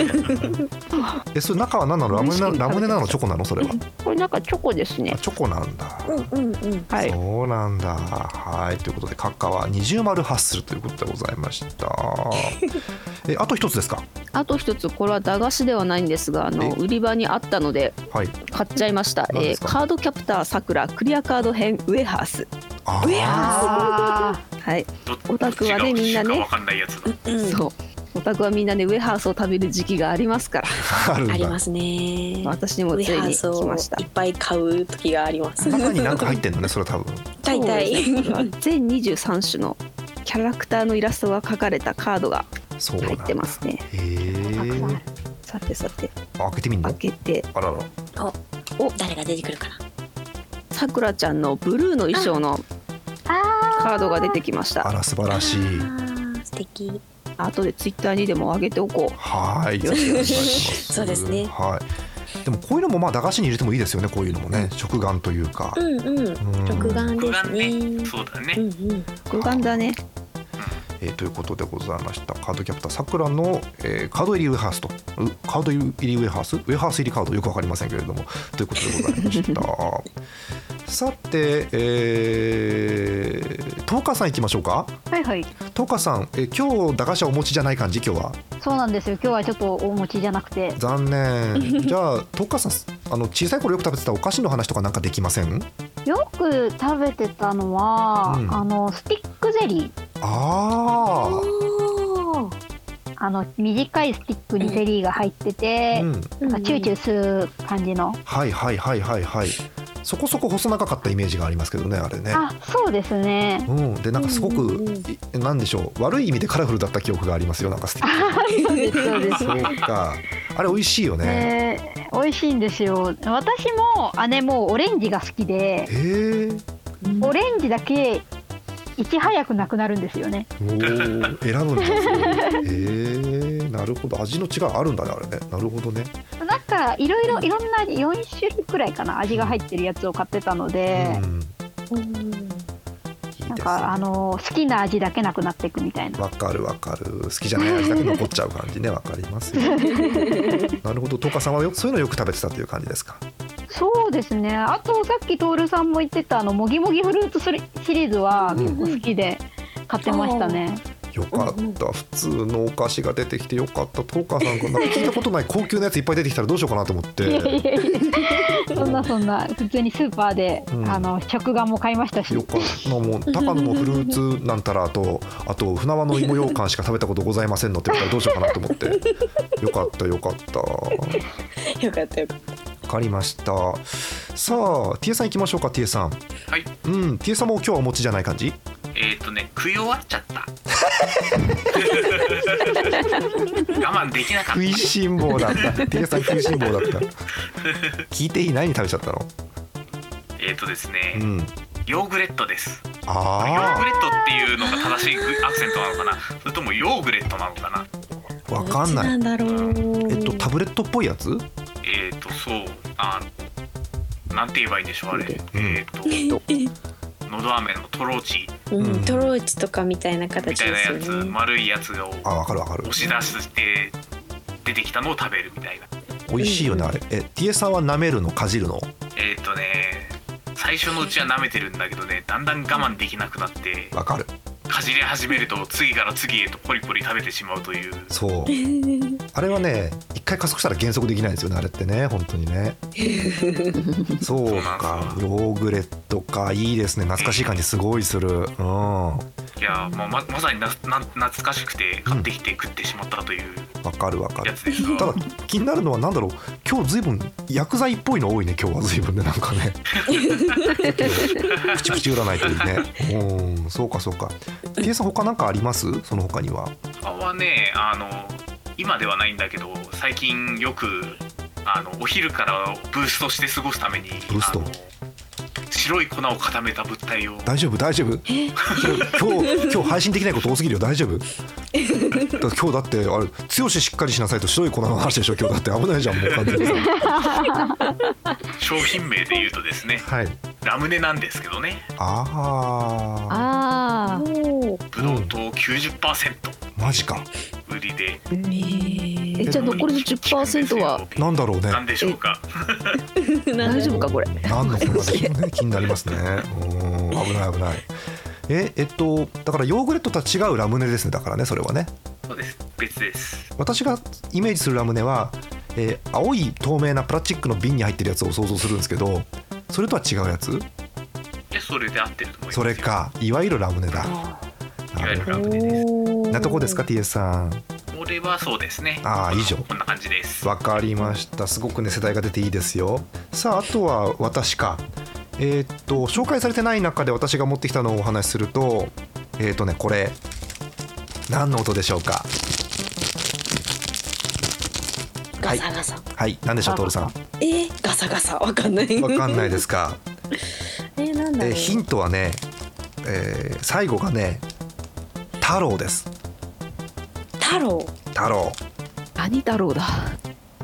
Speaker 1: らえそれ中は何なのラムネなラムネなのチョコなのそれは
Speaker 5: これなんかチョコですね
Speaker 1: あチョコなんだ
Speaker 3: うんうんうん
Speaker 5: はい
Speaker 1: そうなんだはいということで閣下は二重丸ハッスルということでございましたえあと一つですか
Speaker 5: あと一つこれは駄菓子ではないんですがあの
Speaker 1: え
Speaker 5: 売り場にあったので
Speaker 1: はい
Speaker 5: 買っちゃいました、
Speaker 1: 何
Speaker 5: え
Speaker 1: です
Speaker 5: ー
Speaker 1: か
Speaker 5: カードキャプターさくらクリアカード編ウェハース
Speaker 1: あー
Speaker 5: あはい
Speaker 2: ど
Speaker 5: オタクはね
Speaker 2: どっちが美味しいか
Speaker 5: みんなね
Speaker 2: わかんないやつだ
Speaker 5: そうお宅はみんなねウェハースを食べる時期がありますから
Speaker 1: あるん
Speaker 3: あり
Speaker 1: だ
Speaker 3: ますね
Speaker 5: 私に
Speaker 3: ウ
Speaker 5: もつ
Speaker 3: ェ
Speaker 5: い
Speaker 3: ハー
Speaker 5: に
Speaker 3: ス
Speaker 5: 来
Speaker 3: を
Speaker 5: ました
Speaker 3: いっぱい買う時があります
Speaker 1: 中に何か入ってんのねそれは多分
Speaker 3: 大体
Speaker 5: そうですねこれは全23種のキャラクターのイラストが描かれたカードが
Speaker 1: そうな
Speaker 5: 入
Speaker 1: ん
Speaker 5: っ
Speaker 1: だ
Speaker 5: てますね
Speaker 1: へ
Speaker 5: たくさんある
Speaker 1: え
Speaker 5: さてさて
Speaker 1: 開けてみん
Speaker 5: 開
Speaker 1: の
Speaker 5: けて
Speaker 1: あらら
Speaker 3: 誰が出てくるかな
Speaker 5: さくらちゃんのブルーの衣装のカードが出てきまし
Speaker 1: あ
Speaker 5: た
Speaker 1: ら素晴らしい
Speaker 3: あー素敵
Speaker 5: 後でツイッターにでも上げておこ
Speaker 1: はい。
Speaker 5: よしよし
Speaker 1: お願いします
Speaker 3: そうですね
Speaker 1: はい。でもこういうのもまあ駄菓子に入れてもいいですよね。こういうのもね、食玩というか。
Speaker 3: うんうん
Speaker 1: うん
Speaker 3: 録画
Speaker 2: 僕
Speaker 3: で
Speaker 2: が
Speaker 3: す
Speaker 2: ね
Speaker 3: ね
Speaker 2: そうだね、
Speaker 3: うんうん
Speaker 5: う空間だね
Speaker 1: えーということでございました。カードキャプターさくらの、えーカード入りウェハースと、うカード入りウェハース、ウェハース入りカードよくわかりませんけれどもということでございま した。さて、えー、トーカさん行きましょうか。
Speaker 4: はいはい
Speaker 1: トーカさん、えー今日駄菓子はお持ちじゃない感じ今日は。
Speaker 4: そうなんですよ今日はちょっとお持ちじゃなくて
Speaker 1: 残 念。じゃあトーカさん、あの小さい頃よく食べてたお菓子の話とかなんかできません？
Speaker 4: よく食べてたのは、
Speaker 1: うん
Speaker 4: あのスティックゼリー
Speaker 1: あ
Speaker 3: おー
Speaker 4: ああの短いスティックにゼリーが入ってて
Speaker 1: う、ん、
Speaker 4: なんかチューチューする感じの、
Speaker 1: はいはいはいはいはいそこそこ細長かったイメージがありますけどねあれね
Speaker 4: あそうですね
Speaker 1: うん、でなんかすごく、
Speaker 3: うんうんうん
Speaker 1: いなんでしょう悪い意味でカラフルだった記憶がありますよなんかス ティッ
Speaker 4: そうですそうです
Speaker 1: クそうかあれ美味しいよね
Speaker 4: えー美味しいんですよ私も姉もオレンジが好きで
Speaker 1: へえ
Speaker 4: オレンジだけいち早くなくなるんですよね
Speaker 1: おー選ぶんですねへえなるほど味の違いあるんだねあれねなるほどね、
Speaker 4: なんかいろいろいろんな4種類くらいかな味が入ってるやつを買ってたので、
Speaker 1: うんいい
Speaker 4: なん
Speaker 1: です
Speaker 4: かあ
Speaker 1: ね
Speaker 4: の好きな味だけなくなっていくみたいな
Speaker 1: わかるわかる好きじゃない味だけ残っちゃう感じねわかります よなるほどトカさんはよそういうのよく食べてたという感じですか
Speaker 4: そうですねあとさっき徹さんも言ってたあのもぎもぎフルーツスリシリーズは結構好きで買ってましたね、
Speaker 1: よかった普通のお菓子が出てきてよかったトカさんがなんか聞いたことない高級なやついっぱい出てきたらどうしようかなと思っ
Speaker 4: いや
Speaker 1: て
Speaker 4: いやいやそんなそんな普通にスーパーで、
Speaker 1: うん
Speaker 4: あの食玩も買いましたし
Speaker 1: よかったもう高野のフルーツなんたらとあと船輪の芋羊羹しか食べたことございませんのって言ったらどうしようかなと思ってよかったよかったわ
Speaker 3: よかったよかった
Speaker 1: かりましたさあ T さん行きましょうか T さん
Speaker 2: はい
Speaker 1: うん T さんも今日はお持ちじゃない感じ
Speaker 2: えっ、とね食い終わっちゃった 我慢できなかっ
Speaker 1: 食いしん坊だった T さん食いしん坊だった聞いていい何食べちゃったの
Speaker 2: たえっ、とですね、
Speaker 1: うん
Speaker 2: ヨーグレットですヨーグ
Speaker 1: あ
Speaker 2: レットっていうのが正しいアクセントなのかなそれともヨーグレットなのかな
Speaker 1: あわかん
Speaker 3: ど
Speaker 1: な
Speaker 3: っ
Speaker 1: い
Speaker 3: ちなんだろう
Speaker 1: えっとタブレットっぽいやつ
Speaker 2: えっ、とそうあのなんて言えばいいんでしょうあれ、えっ、とのど飴のとろーち
Speaker 3: うん、トロイチとかみたいな
Speaker 2: み
Speaker 3: 形
Speaker 2: たい
Speaker 3: で
Speaker 2: な
Speaker 3: す
Speaker 2: や
Speaker 3: よ
Speaker 2: つ、
Speaker 3: ね
Speaker 2: 丸いやつを
Speaker 1: あわかるわかる
Speaker 2: 押し出して出てきたのを食べるみたいな
Speaker 1: 美味しいよねあれえ T さんは舐めるのかじるの
Speaker 2: えっ、とね最初のうちは舐めてるんだけどねだんだん我慢できなくなって
Speaker 1: わかる
Speaker 2: かじり始めると次から次へとポリポリ食べてしまうという
Speaker 1: そうあれはね一回加速したら減速できないんですよねあれってね本当にねそうかヨーグレットかいいですね懐かしい感じすごいするうんわ
Speaker 2: いやー、まあ、ままさになな懐かしくて買ってきて食ってしまったという
Speaker 1: かるわか
Speaker 2: や
Speaker 1: る
Speaker 2: つですが
Speaker 1: ただ気になるのは何だろう今日随分薬剤っぽいの多いね今日は随分ねなんか ねプチプチ占いというねうんそうかそうか T さん他なんかありますその他には
Speaker 2: 他はねあの今ではないんだけど最近よくあのお昼からブーストして過ごすために
Speaker 1: ブースト
Speaker 2: あの白い粉を固めた物体を
Speaker 1: 大丈夫大丈夫今日今日配信できないこと多すぎるよ大丈夫だって今日だってあれ「強ししっかりしなさい」と白い粉の話でしょ今日だって危ないじゃんもう完全にさ
Speaker 2: 商品名で言うとですね
Speaker 1: はい
Speaker 2: ラムネなんですけどね
Speaker 1: あ
Speaker 5: ああ
Speaker 3: おー
Speaker 2: ブドウ糖90%
Speaker 1: あマジか
Speaker 2: 売りで、
Speaker 5: えじゃあ残りの10%は
Speaker 1: なんだろうね
Speaker 2: 何でしょうか
Speaker 5: 大丈夫かこれ
Speaker 1: 何の粉でしょうね気になりますねうん危ない危ないええっとだからヨーグレットとは違うラムネですねだからねそれはね
Speaker 2: そうです別です
Speaker 1: 私がイメージするラムネは、えー青い透明なプラスチックの瓶に入ってるやつを想像するんですけどそれとは違うやつ
Speaker 2: でそれで合ってると思います
Speaker 1: それかいわゆるラムネだ
Speaker 2: いわゆるラムネです
Speaker 3: おー
Speaker 1: なとこですか TS さん
Speaker 2: これはそうですね
Speaker 1: あー以上
Speaker 2: こんな感じです
Speaker 1: わかりましたすごくね世代が出ていいですよさああとは私かえーっと紹介されてない中で私が持ってきたのをお話しするとえーっとねこれ何の音でしょうかは
Speaker 3: ガ
Speaker 1: い
Speaker 3: サガサ、
Speaker 1: はい何でしょうトールさん
Speaker 3: えー、ガサガサわかんない
Speaker 1: わかんない
Speaker 3: で
Speaker 1: です か、
Speaker 3: えー、なんだ
Speaker 1: え
Speaker 3: ろう、
Speaker 1: ーヒントはね、えー最後がね太郎です
Speaker 3: 太郎
Speaker 1: 太郎
Speaker 5: 何太郎だ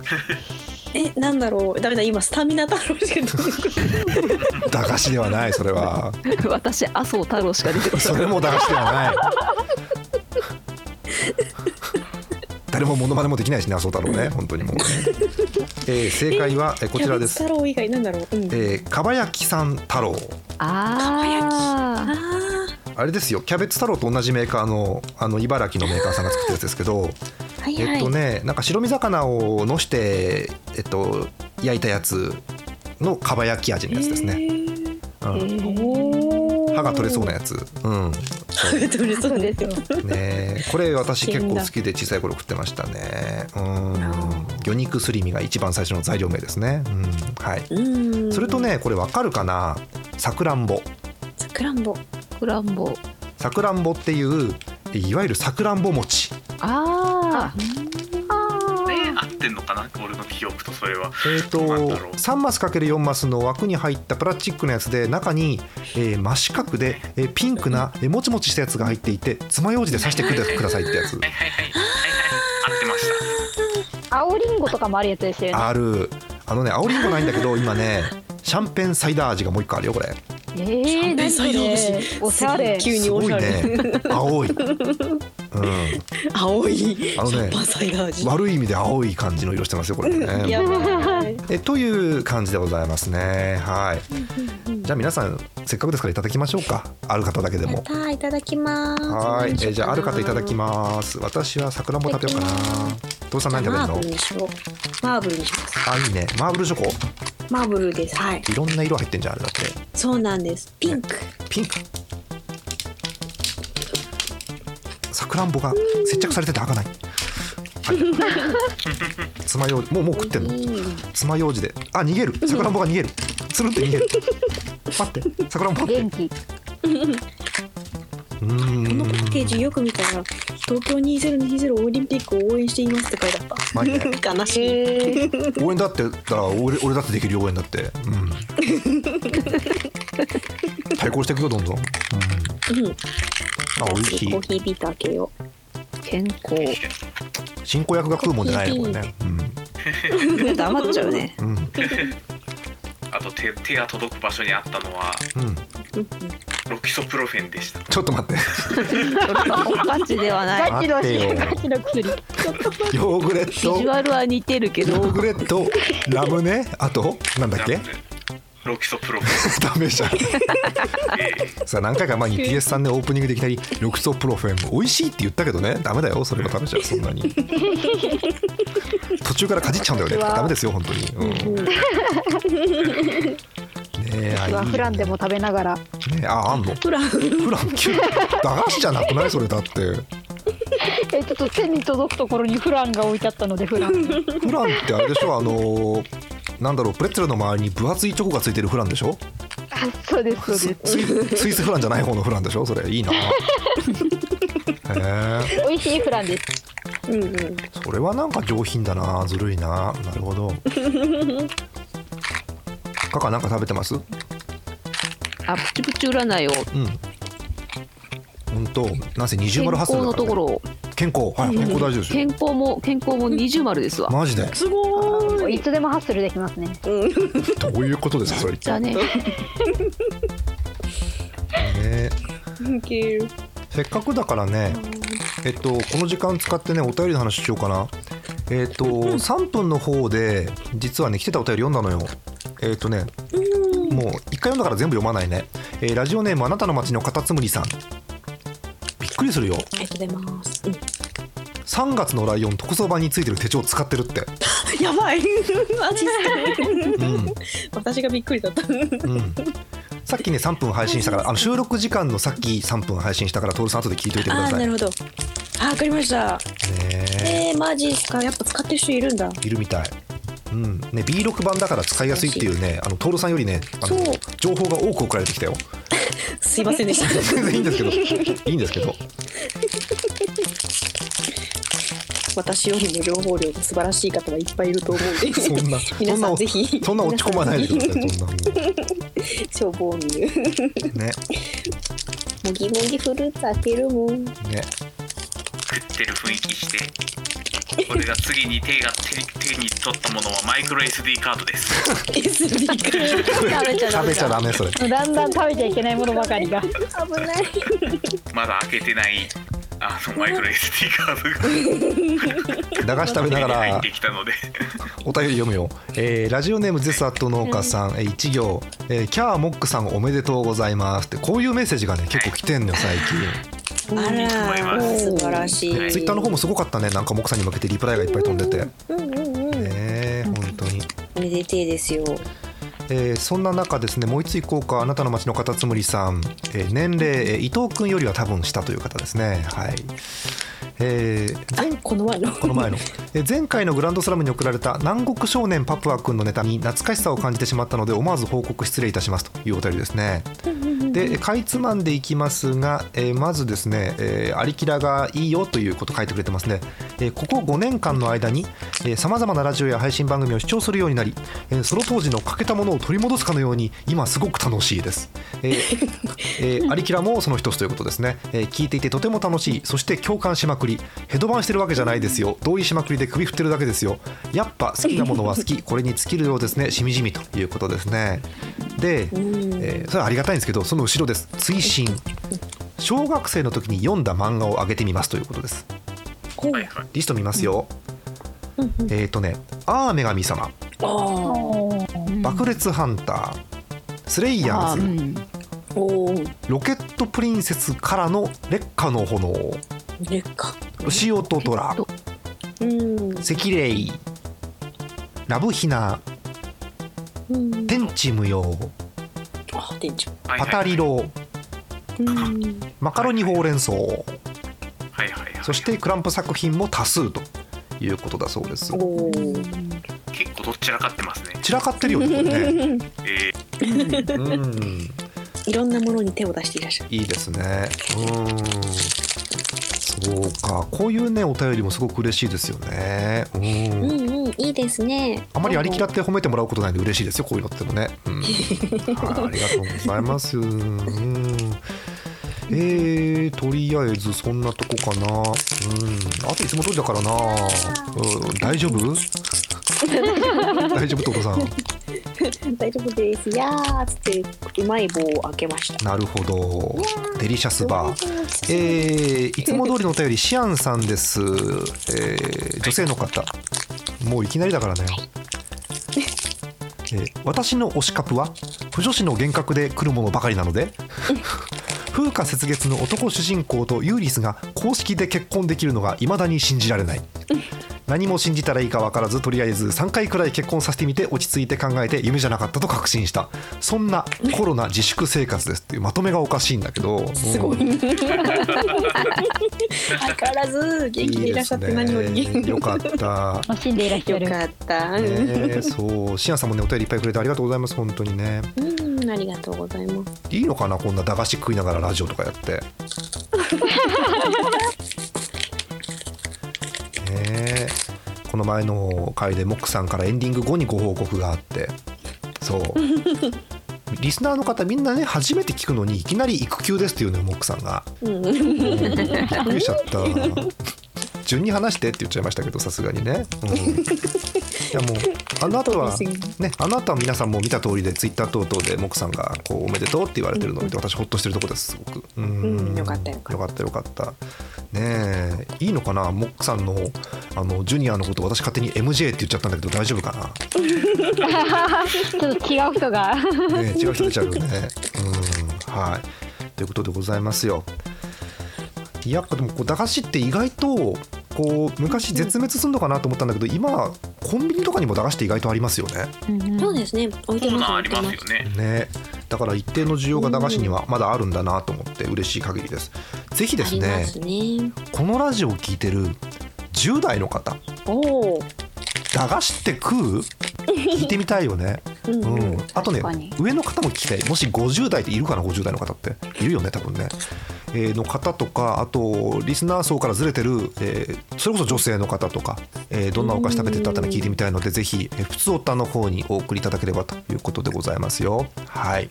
Speaker 3: えなんだろうダメだ今スタミナ太郎しか出てこ
Speaker 1: 駄菓子ではないそれは
Speaker 5: 私麻生太郎しか出て こ
Speaker 1: それも駄菓子では ない。誰もモノマネもできないしね、麻生太郎ね、本当にもうね、えー正解はえーこ
Speaker 3: ない
Speaker 1: ちらで
Speaker 3: キャベツ
Speaker 1: す。
Speaker 3: 太郎以外なんだろう、うん、
Speaker 1: えー、かばやきさん太郎。
Speaker 5: あ
Speaker 3: あ
Speaker 1: あれですよ、キャベツ太郎と同じメーカーの、あの茨城のメーカーさんが作ったやつですけど。
Speaker 3: あはいはい、
Speaker 1: えっとね、なんか白身魚をのして、えっと、焼いたやつ。のかば焼き味のやつですね。うん
Speaker 3: おー
Speaker 1: 歯が取れそうなやつ。うん。そ
Speaker 3: 食べてくれそうですよ。
Speaker 1: うねこれ私結構好きで小さい頃食ってましたねうん魚肉すり身が一番最初の材料名ですねうんはい
Speaker 3: うん。
Speaker 1: それと。ねこれわかるかなさくらんぼ
Speaker 3: さくらんぼ。
Speaker 5: クランボ
Speaker 1: さくらんぼっていういわゆるさくらんぼ餅
Speaker 5: あ
Speaker 2: ね合ってんのかな俺の記憶とそれは
Speaker 1: えっ、と
Speaker 2: どうなんだろう
Speaker 1: 3マス ×4 マスの枠に入ったプラスチックのやつで中に、えー真四角で、えーピンクな、えーもちもちしたやつが入っていて爪楊枝で刺してくれてくださいってやつ
Speaker 2: はいはいはいはいはい合ってました
Speaker 4: 青りんごとかもあるやつですよね
Speaker 1: あるあのね青りんごないんだけど今ねシャンペンサイダー味がもう一個あるよこれ
Speaker 4: え
Speaker 3: ャ
Speaker 4: ー、
Speaker 3: ンペン
Speaker 4: 何
Speaker 3: サ
Speaker 4: そ
Speaker 3: イダー味
Speaker 4: れおしゃれ
Speaker 3: 急に
Speaker 1: す
Speaker 3: お
Speaker 1: ごい
Speaker 3: しゃれ。
Speaker 1: ね青 い、う
Speaker 3: 青い。
Speaker 1: あのね
Speaker 3: シャンパンサイダー味
Speaker 1: ん、。悪い意味で青い感じの色してますよこれね
Speaker 3: やばい。
Speaker 1: えという感じでございますねはいじゃあ皆さんせっかくですからいただきましょうかある方だけでも
Speaker 3: やったーいただきます。
Speaker 1: はい、えーじゃあある方いただき
Speaker 3: ま
Speaker 1: ます。私はさくらんぼ食べようかな。父さん何食べ
Speaker 3: マ
Speaker 1: る
Speaker 3: ーブ
Speaker 1: の
Speaker 3: ル？にしよう。マーブルにします。
Speaker 1: あいいね。マーブルチョコ。
Speaker 3: マーブルです。はい。
Speaker 1: いろんな色入ってんじゃんあれだって。
Speaker 3: そうなんです。ピンク。
Speaker 1: ピンク。さくらんぼが接着されてて開かない。はい。つまようじもうもう食ってんの。つまようじで。あ逃げる。さくらんぼが逃げる。つるんって逃げる。待って。さくらんぼ。う
Speaker 4: 元気
Speaker 1: ー
Speaker 3: こ
Speaker 1: ん
Speaker 3: のパ。ッケージよく見たら「東京2020オリンピックを応援しています」って書いてあっ
Speaker 1: マジで
Speaker 3: た 悲しい、
Speaker 4: え
Speaker 1: 応援だって言ったら俺俺だってできるよ応援だって、うん、対抗していくよどんどん、うん、
Speaker 3: うん、
Speaker 1: あ美味し
Speaker 3: コ
Speaker 1: い
Speaker 3: ーヒービーター系を
Speaker 5: あ健康
Speaker 1: 進行役が食うもんじゃないねこれね
Speaker 5: 黙っちゃうね
Speaker 1: うんうん
Speaker 2: あと手手が届く場所にあったのは
Speaker 1: うん
Speaker 2: ロキソプロフェンでした
Speaker 1: ちょっと待って
Speaker 5: それ はガチではない
Speaker 4: ガチの
Speaker 1: 待ってよ
Speaker 4: ガチの薬
Speaker 1: ヨーグレ
Speaker 5: ビ
Speaker 1: ッ
Speaker 5: ジ
Speaker 1: ト
Speaker 5: ュアルは似てるけ
Speaker 1: ヨー
Speaker 5: ど
Speaker 1: グレットラムネあとなんだっけ
Speaker 2: ロキソプロフェン
Speaker 1: ダメじゃんさあ何回か前に TS さんでオープニングでいきなり「ロキソプロフェン美味しい」って言ったけどねダメだよそれも食べちゃうそんなに途中からかじっちゃうんだよねダメですよ本当に、うん、ねえあいいよね
Speaker 4: はフランでも食べながら
Speaker 1: ねえああんの
Speaker 3: フラン
Speaker 1: フラン急に駄菓子じゃなくないそれだって
Speaker 4: えちょっと手に届くところにフランが置いてあったのでフラン
Speaker 1: フランってあれでしょあのーなんだろうプレッツェルの周りに分厚いチョコがついてるフランでしょ
Speaker 4: あそうですそうです
Speaker 1: スイスイスフランじゃない方のフランでしょそれいいなへえ
Speaker 4: 美味しいフランです
Speaker 3: うんうん
Speaker 1: それはなんか上品だなずるいななるほどカカなんか食べてますうん
Speaker 5: あプチプチ占いを
Speaker 1: ほんとなんせ二重
Speaker 5: 健
Speaker 1: 丸発
Speaker 5: 康
Speaker 1: 生
Speaker 5: の
Speaker 1: だから、ね、
Speaker 5: ところを
Speaker 1: 健康はい健康大事ですよ
Speaker 5: 健康も健康も二重丸ですわ
Speaker 1: マジです
Speaker 3: ごーい
Speaker 4: いつでもハッスルできますね
Speaker 1: どういうことですかそれ
Speaker 5: じゃあね
Speaker 1: ね
Speaker 3: いける
Speaker 1: せっかくだからね、えっと、この時間使ってねお便りの話しようかな。えっと、3分の方で実はね来てたお便り読んだのよ。えっとね、もう一回読んだから全部読まないね。えーラジオネームあなたの街のカタツムリさん。びっくりするよ。
Speaker 3: ありがとうございます、う
Speaker 1: 3月のライオン特装版についてる手帳使ってるって。
Speaker 3: ん、やばい マジっす
Speaker 1: う
Speaker 3: か
Speaker 1: ん。
Speaker 3: 私がびっくりだったう
Speaker 1: うん。さっきね3分配信したからあの収録時間のさっき3分配信したからトールさん後で聞いといてくだ
Speaker 3: あ
Speaker 1: さ
Speaker 3: ー
Speaker 1: い。
Speaker 3: な
Speaker 1: ね
Speaker 3: るほどあわかりました
Speaker 1: え
Speaker 3: えー、マジっすかやっぱ使ってる人いるんだ
Speaker 1: いるみたい。うんね、B6 版だから使いやすいっていうね、あの徹さんよりね、あの
Speaker 3: そう
Speaker 1: 情報が多く送られてきたよ。
Speaker 3: すいません でした
Speaker 1: 全然いいんですけど、いいんですけど、
Speaker 3: 私よりも情報量が素晴らしい方はいっぱいいると思うんで
Speaker 1: そんな、
Speaker 3: 皆
Speaker 1: そん
Speaker 3: さ
Speaker 1: なん
Speaker 3: ぜひ
Speaker 1: そんな落ち込まないでください。そんなも
Speaker 3: 消防見る
Speaker 1: うね、
Speaker 3: もぎもぎフルーツ開けるもん。
Speaker 1: ね、
Speaker 2: 食ってる雰囲気して俺が次に手が手に手に取ったものはマイクロ SD カードです
Speaker 3: SD か
Speaker 5: 食べちゃダ
Speaker 1: 食
Speaker 5: メ
Speaker 1: べちゃダメそれ。
Speaker 4: だんだん食べちゃいけないものばかりが
Speaker 3: ら危ない。
Speaker 2: まだ開けてないあのマイクロ SD カードが
Speaker 1: 駄菓子食べなが
Speaker 2: 入
Speaker 1: ら
Speaker 2: ってきたので
Speaker 1: お便り読むよ。えーラジオネームゼスアット農家さん、えー一行、えーキャーモックさんおめでとうございますってこういうメッセージがね結構来てんのよ最近。
Speaker 3: あら、素晴らし。
Speaker 2: はい
Speaker 1: でツイッターの方もすごかったね、なんかモックさんに負けてリプライがいっぱい飛んでて。ね
Speaker 3: うんうんうん。
Speaker 1: え本当に。
Speaker 3: めでてえですよ。
Speaker 1: ねえーそんな中ですねもう一つ行こうかあなたの街のカタツムリさん、えー年齢、えー伊藤君よりは多分下という方ですねはい、えー前
Speaker 3: この前の
Speaker 1: この前の え前回のグランドスラムに送られた南国少年パプア君のネタに懐かしさを感じてしまったので思わず報告失礼いたしますというお便りですねでえかいつまんでいきますが、えーまずですね、えーアリキラがいいよということ書いてくれてますね、えーここ5年間の間にさまざまなラジオや配信番組を視聴するようになり、えーその当時の欠けたものを取り戻すかのように今すごく楽しいです、えーえーアリキラもその一つということですね、えー聞いていてとても楽しいそして共感しまくりヘドバンしてるわけじゃないですよ同意しまくりで首振ってるだけですよやっぱ好きなものは好きこれに尽きるようですねしみじみということですねで、えーそれはありがたいんですけどその後ろです追伸小学生の時に読んだ漫画を挙げてみますということです
Speaker 2: はいはい
Speaker 1: リスト見ますよ、えっ、とね「ああ女神様」
Speaker 3: あ
Speaker 1: 「爆裂ハンター」スレイヤーズ」
Speaker 5: うん
Speaker 3: あおー
Speaker 1: ロケットプリンセスからの劣化の炎、
Speaker 3: 劣化
Speaker 1: 牛音トラ、
Speaker 3: うん
Speaker 1: 赤霊、ラブヒナ、
Speaker 3: うん
Speaker 1: 天地無用、
Speaker 3: あ店長
Speaker 2: はい
Speaker 1: パタリロ、
Speaker 3: うん
Speaker 1: マカロニほうれん草、
Speaker 2: はいはいはい
Speaker 1: そしてクランプ作品も多数ということだそうです。
Speaker 3: おー
Speaker 2: 結構どちらかってますね
Speaker 1: 散らかってるよね、これね。
Speaker 2: えー
Speaker 1: うん、
Speaker 3: いろんなものに手を出していらっしゃる
Speaker 1: いいですね。うん。そうか、こういうね、お便りもすごく嬉しいですよね。うん
Speaker 3: う。んうんいいですね
Speaker 1: あまりありきらって褒めてもらうことないんで嬉しいですよこういうのってもね、うんはい、ありがとうございます、うん、えー、とりあえずそんなとこかなうんあといつも通りだからな、うん、大丈夫 大丈夫とこさん
Speaker 3: 大丈夫ですやーっつってうまい棒を開けました
Speaker 1: なるほどデリシャスバーえーいつも通りのお便りシアンさんです、えー女性の方もういきなりだ からね、えー私の推しカプは不女子の幻覚で来るものばかりなので風花雪月の男主人公とユーリスが公式で結婚できるのが未だに信じられない何も信じたらいいか分からずとりあえず3回くらい結婚させてみて落ち着いて考えて夢じゃなかったと確信したそんなコロナ自粛生活ですっていうまとめがおかしいんだけ どすごい
Speaker 3: 相変わらず元気でいらっしゃって何より
Speaker 1: いいですねよかった。
Speaker 4: 楽しんでいらっしゃ
Speaker 3: よ
Speaker 4: る
Speaker 3: かった、
Speaker 1: ねえ、 そう、シアンさんもね、お便りいっぱいくれてありがとうございます、本当にね。
Speaker 3: うんうんありがとうございます
Speaker 1: いいのかな、こんな駄菓子食いながらラジオとかや って。ねえこの前の回でモックさんからエンディング後にご報告があって。そう。リスナーの方みんなね初めて聞くのにいきなり育休ですっていうねモックさんが、
Speaker 3: うん
Speaker 1: うん、びっくりしちゃった順に話してって言っちゃいましたけどさすがにね、うん、いやもうあなたはねあなたは皆さんも見た通りでツイッター等々でモクさんがこうおめでとうって言われてるのを見て私ほっとしてるとこですすごくうん
Speaker 3: うんよかったよか
Speaker 1: よか
Speaker 3: った
Speaker 1: ったよかったねえいいのかなモックさんのあのジュニアのこと私勝手に MJ って言っちゃったんだけど大丈夫か
Speaker 4: ちょっと違う人が
Speaker 1: な、ねえ、違う人出ちゃうよねうんはいということでございますよいやでもこう駄菓子って意外とこう昔絶滅するのかなと思ったんだけど今コンビニとかにも駄菓子って意外とありますよね
Speaker 3: そうですね置い
Speaker 2: コー
Speaker 3: てま
Speaker 2: ナ
Speaker 3: す
Speaker 2: ーありますよね
Speaker 1: ね、だから一定の需要が駄菓子にはまだあるんだなと思って嬉しい限りです。ぜひで
Speaker 3: あ
Speaker 1: す
Speaker 3: りま
Speaker 1: ね、
Speaker 3: すね
Speaker 1: このラジオを聞いてる10代の方、
Speaker 3: おお
Speaker 1: 駄菓子って食う聞いてみたいよね。
Speaker 3: うん
Speaker 1: う
Speaker 3: うん
Speaker 1: ん、あとね
Speaker 4: 確かに
Speaker 1: 上の方も聞きたいもし50代っているかな50代の方っているよね多分ね、えーの方とかあとリスナー層からずれてる、えーそれこそ女性の方とか、えーどんなお菓子食べてたっての聞いてみたいのでぜひ、えー、普通おたの方にお送りいただければということでございますよはい、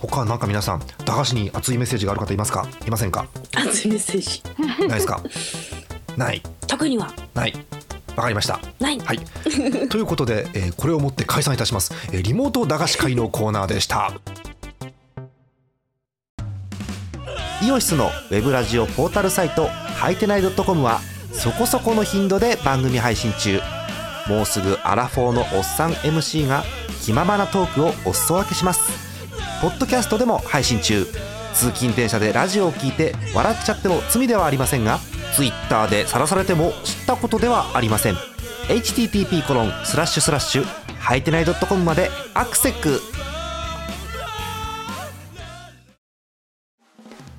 Speaker 1: 他はなんか皆さん駄菓子に熱いメッセージがある方いますかいませんか
Speaker 3: 熱いメッセージ
Speaker 1: ないですかない
Speaker 3: 特には
Speaker 1: ないわかりました
Speaker 3: ない
Speaker 1: はい、 ということで、えーこれをもって解散いたします、えーリモート駄菓子会のコーナーでした
Speaker 7: イオシスのウェブラジオポータルサイトハイテナイドットコムはそこそこの頻度で番組配信中もうすぐアラフォーのおっさん MC が気ままなトークをお裾分けしますポッドキャストでも配信中通勤電車でラジオを聞いて笑っちゃっても罪ではありませんが Twitter で晒されても知ったことではありません http コロンスラッシュスラッシュはいてない .com までアクセック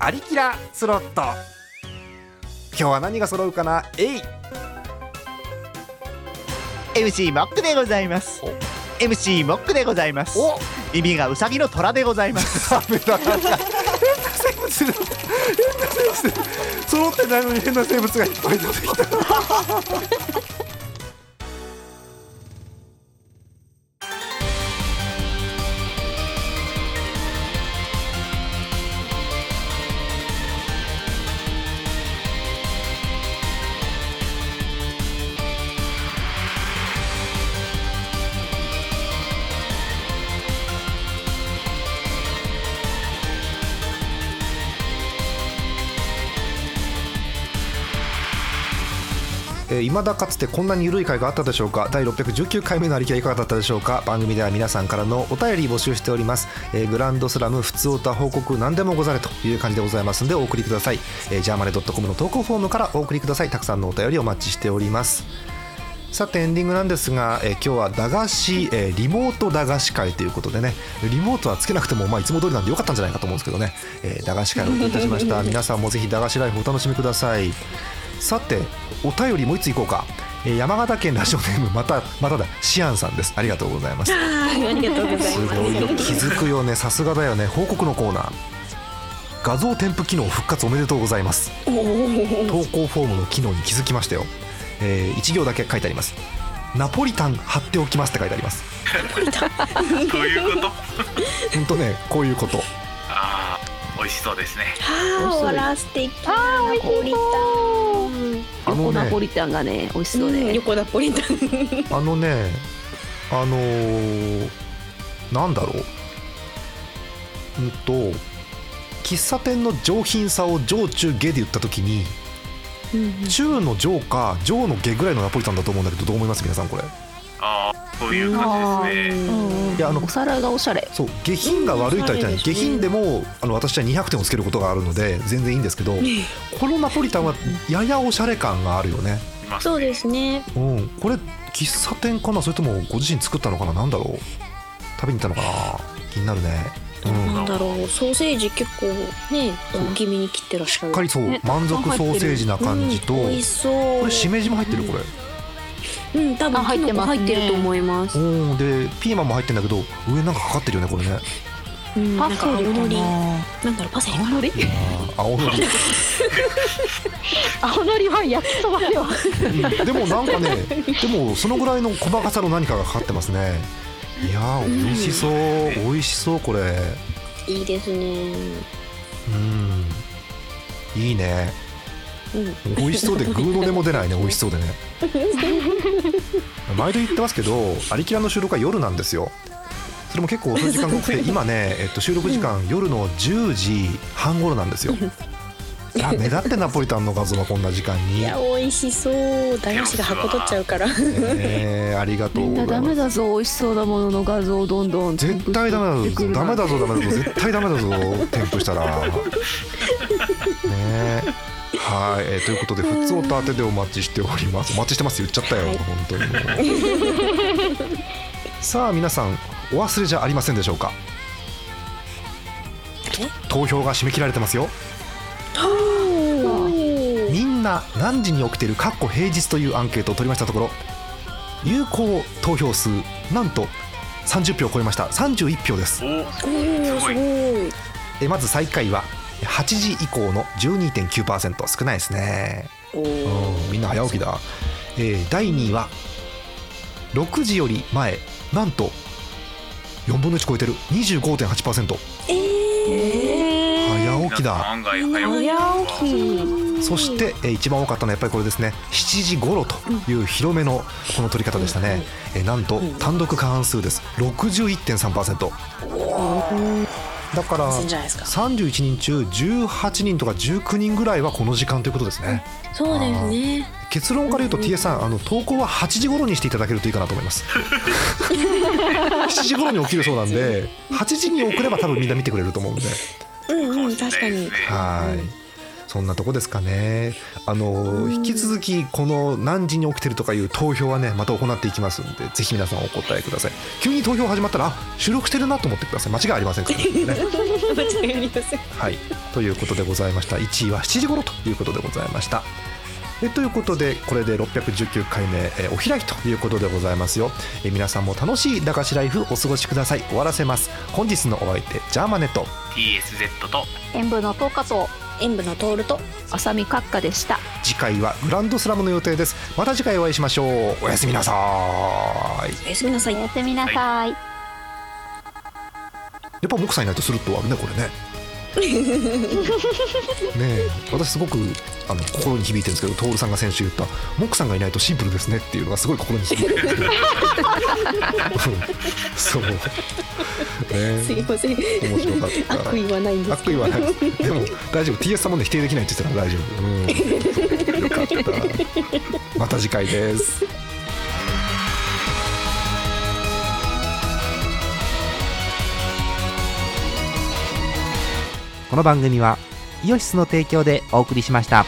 Speaker 7: アリキラスロット今日は何が揃うかなえい
Speaker 8: MC モックでございます MC モックでございます
Speaker 7: お
Speaker 8: 耳がウサギの虎でございます
Speaker 7: 危なかった変な生物だ変な生物だ揃ってないのに変な生物がいっぱい出てきた
Speaker 1: えー、未だかつてこんなに緩い回があったでしょうか第619回目のありきはいかがだったでしょうか番組では皆さんからのお便り募集しております、えーグランドスラム普通歌報告何でもござれという感じでございますのでお送りください、えー、ジャーマネ .com の投稿フォームからお送りくださいたくさんのお便りお待ちしておりますさてエンディングなんですが、えー今日は駄菓子、えーリモート駄菓子会ということでねリモートはつけなくても、まあ、いつも通りなんでよかったんじゃないかと思うんですけどね、えー駄菓子会をお送りいたしました皆さんもぜひ駄菓子ライフお楽しみくださいさてお便りもう一ついこうか、えー山形県ラジオネーム またまただシアンさんですありがとうござい ます
Speaker 3: はいありがとうございます
Speaker 1: すごいよ気づくよねさすがだよね報告のコーナー画像添付機能復活おめでとうございます
Speaker 3: おー
Speaker 1: 投稿フォームの機能に気づきましたよ、え1行だけ書いてありますナポリタン貼っておきますって書いてあります
Speaker 2: どういう こと
Speaker 1: ほんとねこういうこと
Speaker 2: ああ美味しそうですね
Speaker 3: あーわら素敵あーナポリ
Speaker 1: あ
Speaker 5: 横
Speaker 1: の
Speaker 5: ナポ
Speaker 1: ね
Speaker 5: リタンがね美味し
Speaker 3: タン
Speaker 5: そう
Speaker 3: うん
Speaker 5: で、
Speaker 3: 横ナポリタン
Speaker 1: あのねあのーなんだろううんと喫茶店の上品さを上中下で言った時に中の上か上の下ぐらいのナポリタンだと思うんだけどどう思います皆さんこれ
Speaker 2: ああそういう感じですね
Speaker 5: うん
Speaker 1: いやあの
Speaker 5: お皿がおしゃれ
Speaker 1: そう下品が悪いとは言ってない、下品でもあの私は200点をつけることがあるので全然いいんですけどこのナポリタンはややおしゃれ感があるよね、
Speaker 2: います
Speaker 3: そうですね
Speaker 1: うん、これ喫茶店かなそれともご自身作ったのかななんだろう食べに行ったのかな気になるね、うん、し
Speaker 3: なんだろうソーセージ結構ね大きめに切ってらっしゃる
Speaker 1: っかりそう満足ソーセージな感じと、
Speaker 3: うん
Speaker 1: こ
Speaker 3: 美味しそう
Speaker 1: れしめじも入ってるこれ、
Speaker 3: うん多分
Speaker 5: あ入ってますね
Speaker 3: キノコ入ってると思います
Speaker 1: うん、でピーマンも入ってんだけど上なんかかかってるよねこれね
Speaker 3: うんなんか青のりな
Speaker 5: あ
Speaker 3: んだろうパセリ
Speaker 5: 青のり
Speaker 1: あ青のり
Speaker 5: 青のりは焼きそばでは
Speaker 1: うんでもなんかね、でもそのぐらいの細かさの何かがかかってますね。いやー、美味しそう、美味しそう、これ。
Speaker 3: いいですね
Speaker 1: うん。いいね。美味しそうで、グーの音も出ないね、美味し そうでね。毎度言ってますけど、アリキラの収録は夜なんですよ。それも結構遅い時間が多く て、今ね、えっと、収録時間、夜の10時半頃なんです よ。いや、目立ってナポリタンの画像はこんな時間
Speaker 3: い
Speaker 1: に。
Speaker 3: や美味しそう駄菓子が箱取っちゃうから
Speaker 1: えーありがと
Speaker 5: み
Speaker 1: うんご
Speaker 5: な
Speaker 1: ざい
Speaker 5: ダ
Speaker 1: ます
Speaker 5: メ。だぞ美味しそうなものの画像をどんどん
Speaker 1: 絶対ダメだ
Speaker 5: 送ってく
Speaker 1: ぞ
Speaker 5: るな
Speaker 1: ダメだぞダメだぞ絶対ダメだぞ添付したらねえはい、えーということで「ふつおた宛て」でお待ちしておりますお待ちしてます言っちゃったよ、本当にもう さあ皆さんお忘れじゃありませんでしょうか投票が締め切られてますよみんな何時に起きてるかっこ平日というアンケートを取りましたところ有効投票数なんと30票を超えました31票です
Speaker 2: おおす
Speaker 3: おー
Speaker 2: ご
Speaker 3: すご
Speaker 2: い
Speaker 3: い
Speaker 1: えまず最下位は8時以降の12.9%少ないですね
Speaker 3: おー
Speaker 1: うんみんな早起きだ、えー第2位は6時より前なんと4分の1超えてる25.8%
Speaker 3: えー
Speaker 1: 早起きだ
Speaker 2: 皆さん案外早起き
Speaker 3: 早起き
Speaker 1: そして、えー一番多かったのはやっぱりこれですね7時頃という広めのこの取り方でしたね、えーなんと単独過半数です61.3%だから
Speaker 3: いいんじゃないですか
Speaker 1: 31人中18人とか19人ぐらいはこの時間ということですね
Speaker 3: そうですね
Speaker 1: 結論から言うと TA さんあの投稿は8時頃にしていただけるといいかなと思います7時頃に起きるそうなんで8時に送れば多分みんな見てくれると思うんで
Speaker 3: うんうん
Speaker 2: しれ
Speaker 3: 確
Speaker 2: ない
Speaker 3: か
Speaker 2: で
Speaker 3: に
Speaker 2: すね
Speaker 1: はい。そんなとこですかね。あの引き続きこの何時に起きてるとかいう投票はねまた行っていきますんでぜひ皆さんお答えください。急に投票始まったらあ収録してるなと思ってください。間違いありませんからね。
Speaker 3: 間違いありません
Speaker 1: はい。ということでございました。1位は7時頃ということでございました。えということでこれで619回目、えーお開きということでございますよ、え皆さんも楽しい駄菓子ライフお過ごしください終わらせます本日のお相手ジャーマネット
Speaker 2: TSZ と
Speaker 4: 演舞の10日と
Speaker 3: 演舞のトールと
Speaker 5: 浅見閣下でした
Speaker 1: 次回はグランドスラムの予定ですまた次回お会いしましょうおやすみなさーい
Speaker 3: おやすみなさい
Speaker 4: おやすみなさい
Speaker 1: やっぱ木さんいないとスルッと終わるねこれね ねえ私すごくあの心に響いてるんですけど徹さんが先週言った「木さんがいないとシンプルですね」っていうのがすごい心に響 いてるそうね
Speaker 3: すいません
Speaker 1: 面白かった
Speaker 3: 悪意はないんです
Speaker 1: 悪意はないでも大丈夫 TS さんもね否定できないって言ってたから大丈夫、うん、よかったまた次回です
Speaker 7: この番組はイオシスの提供でお送りしました。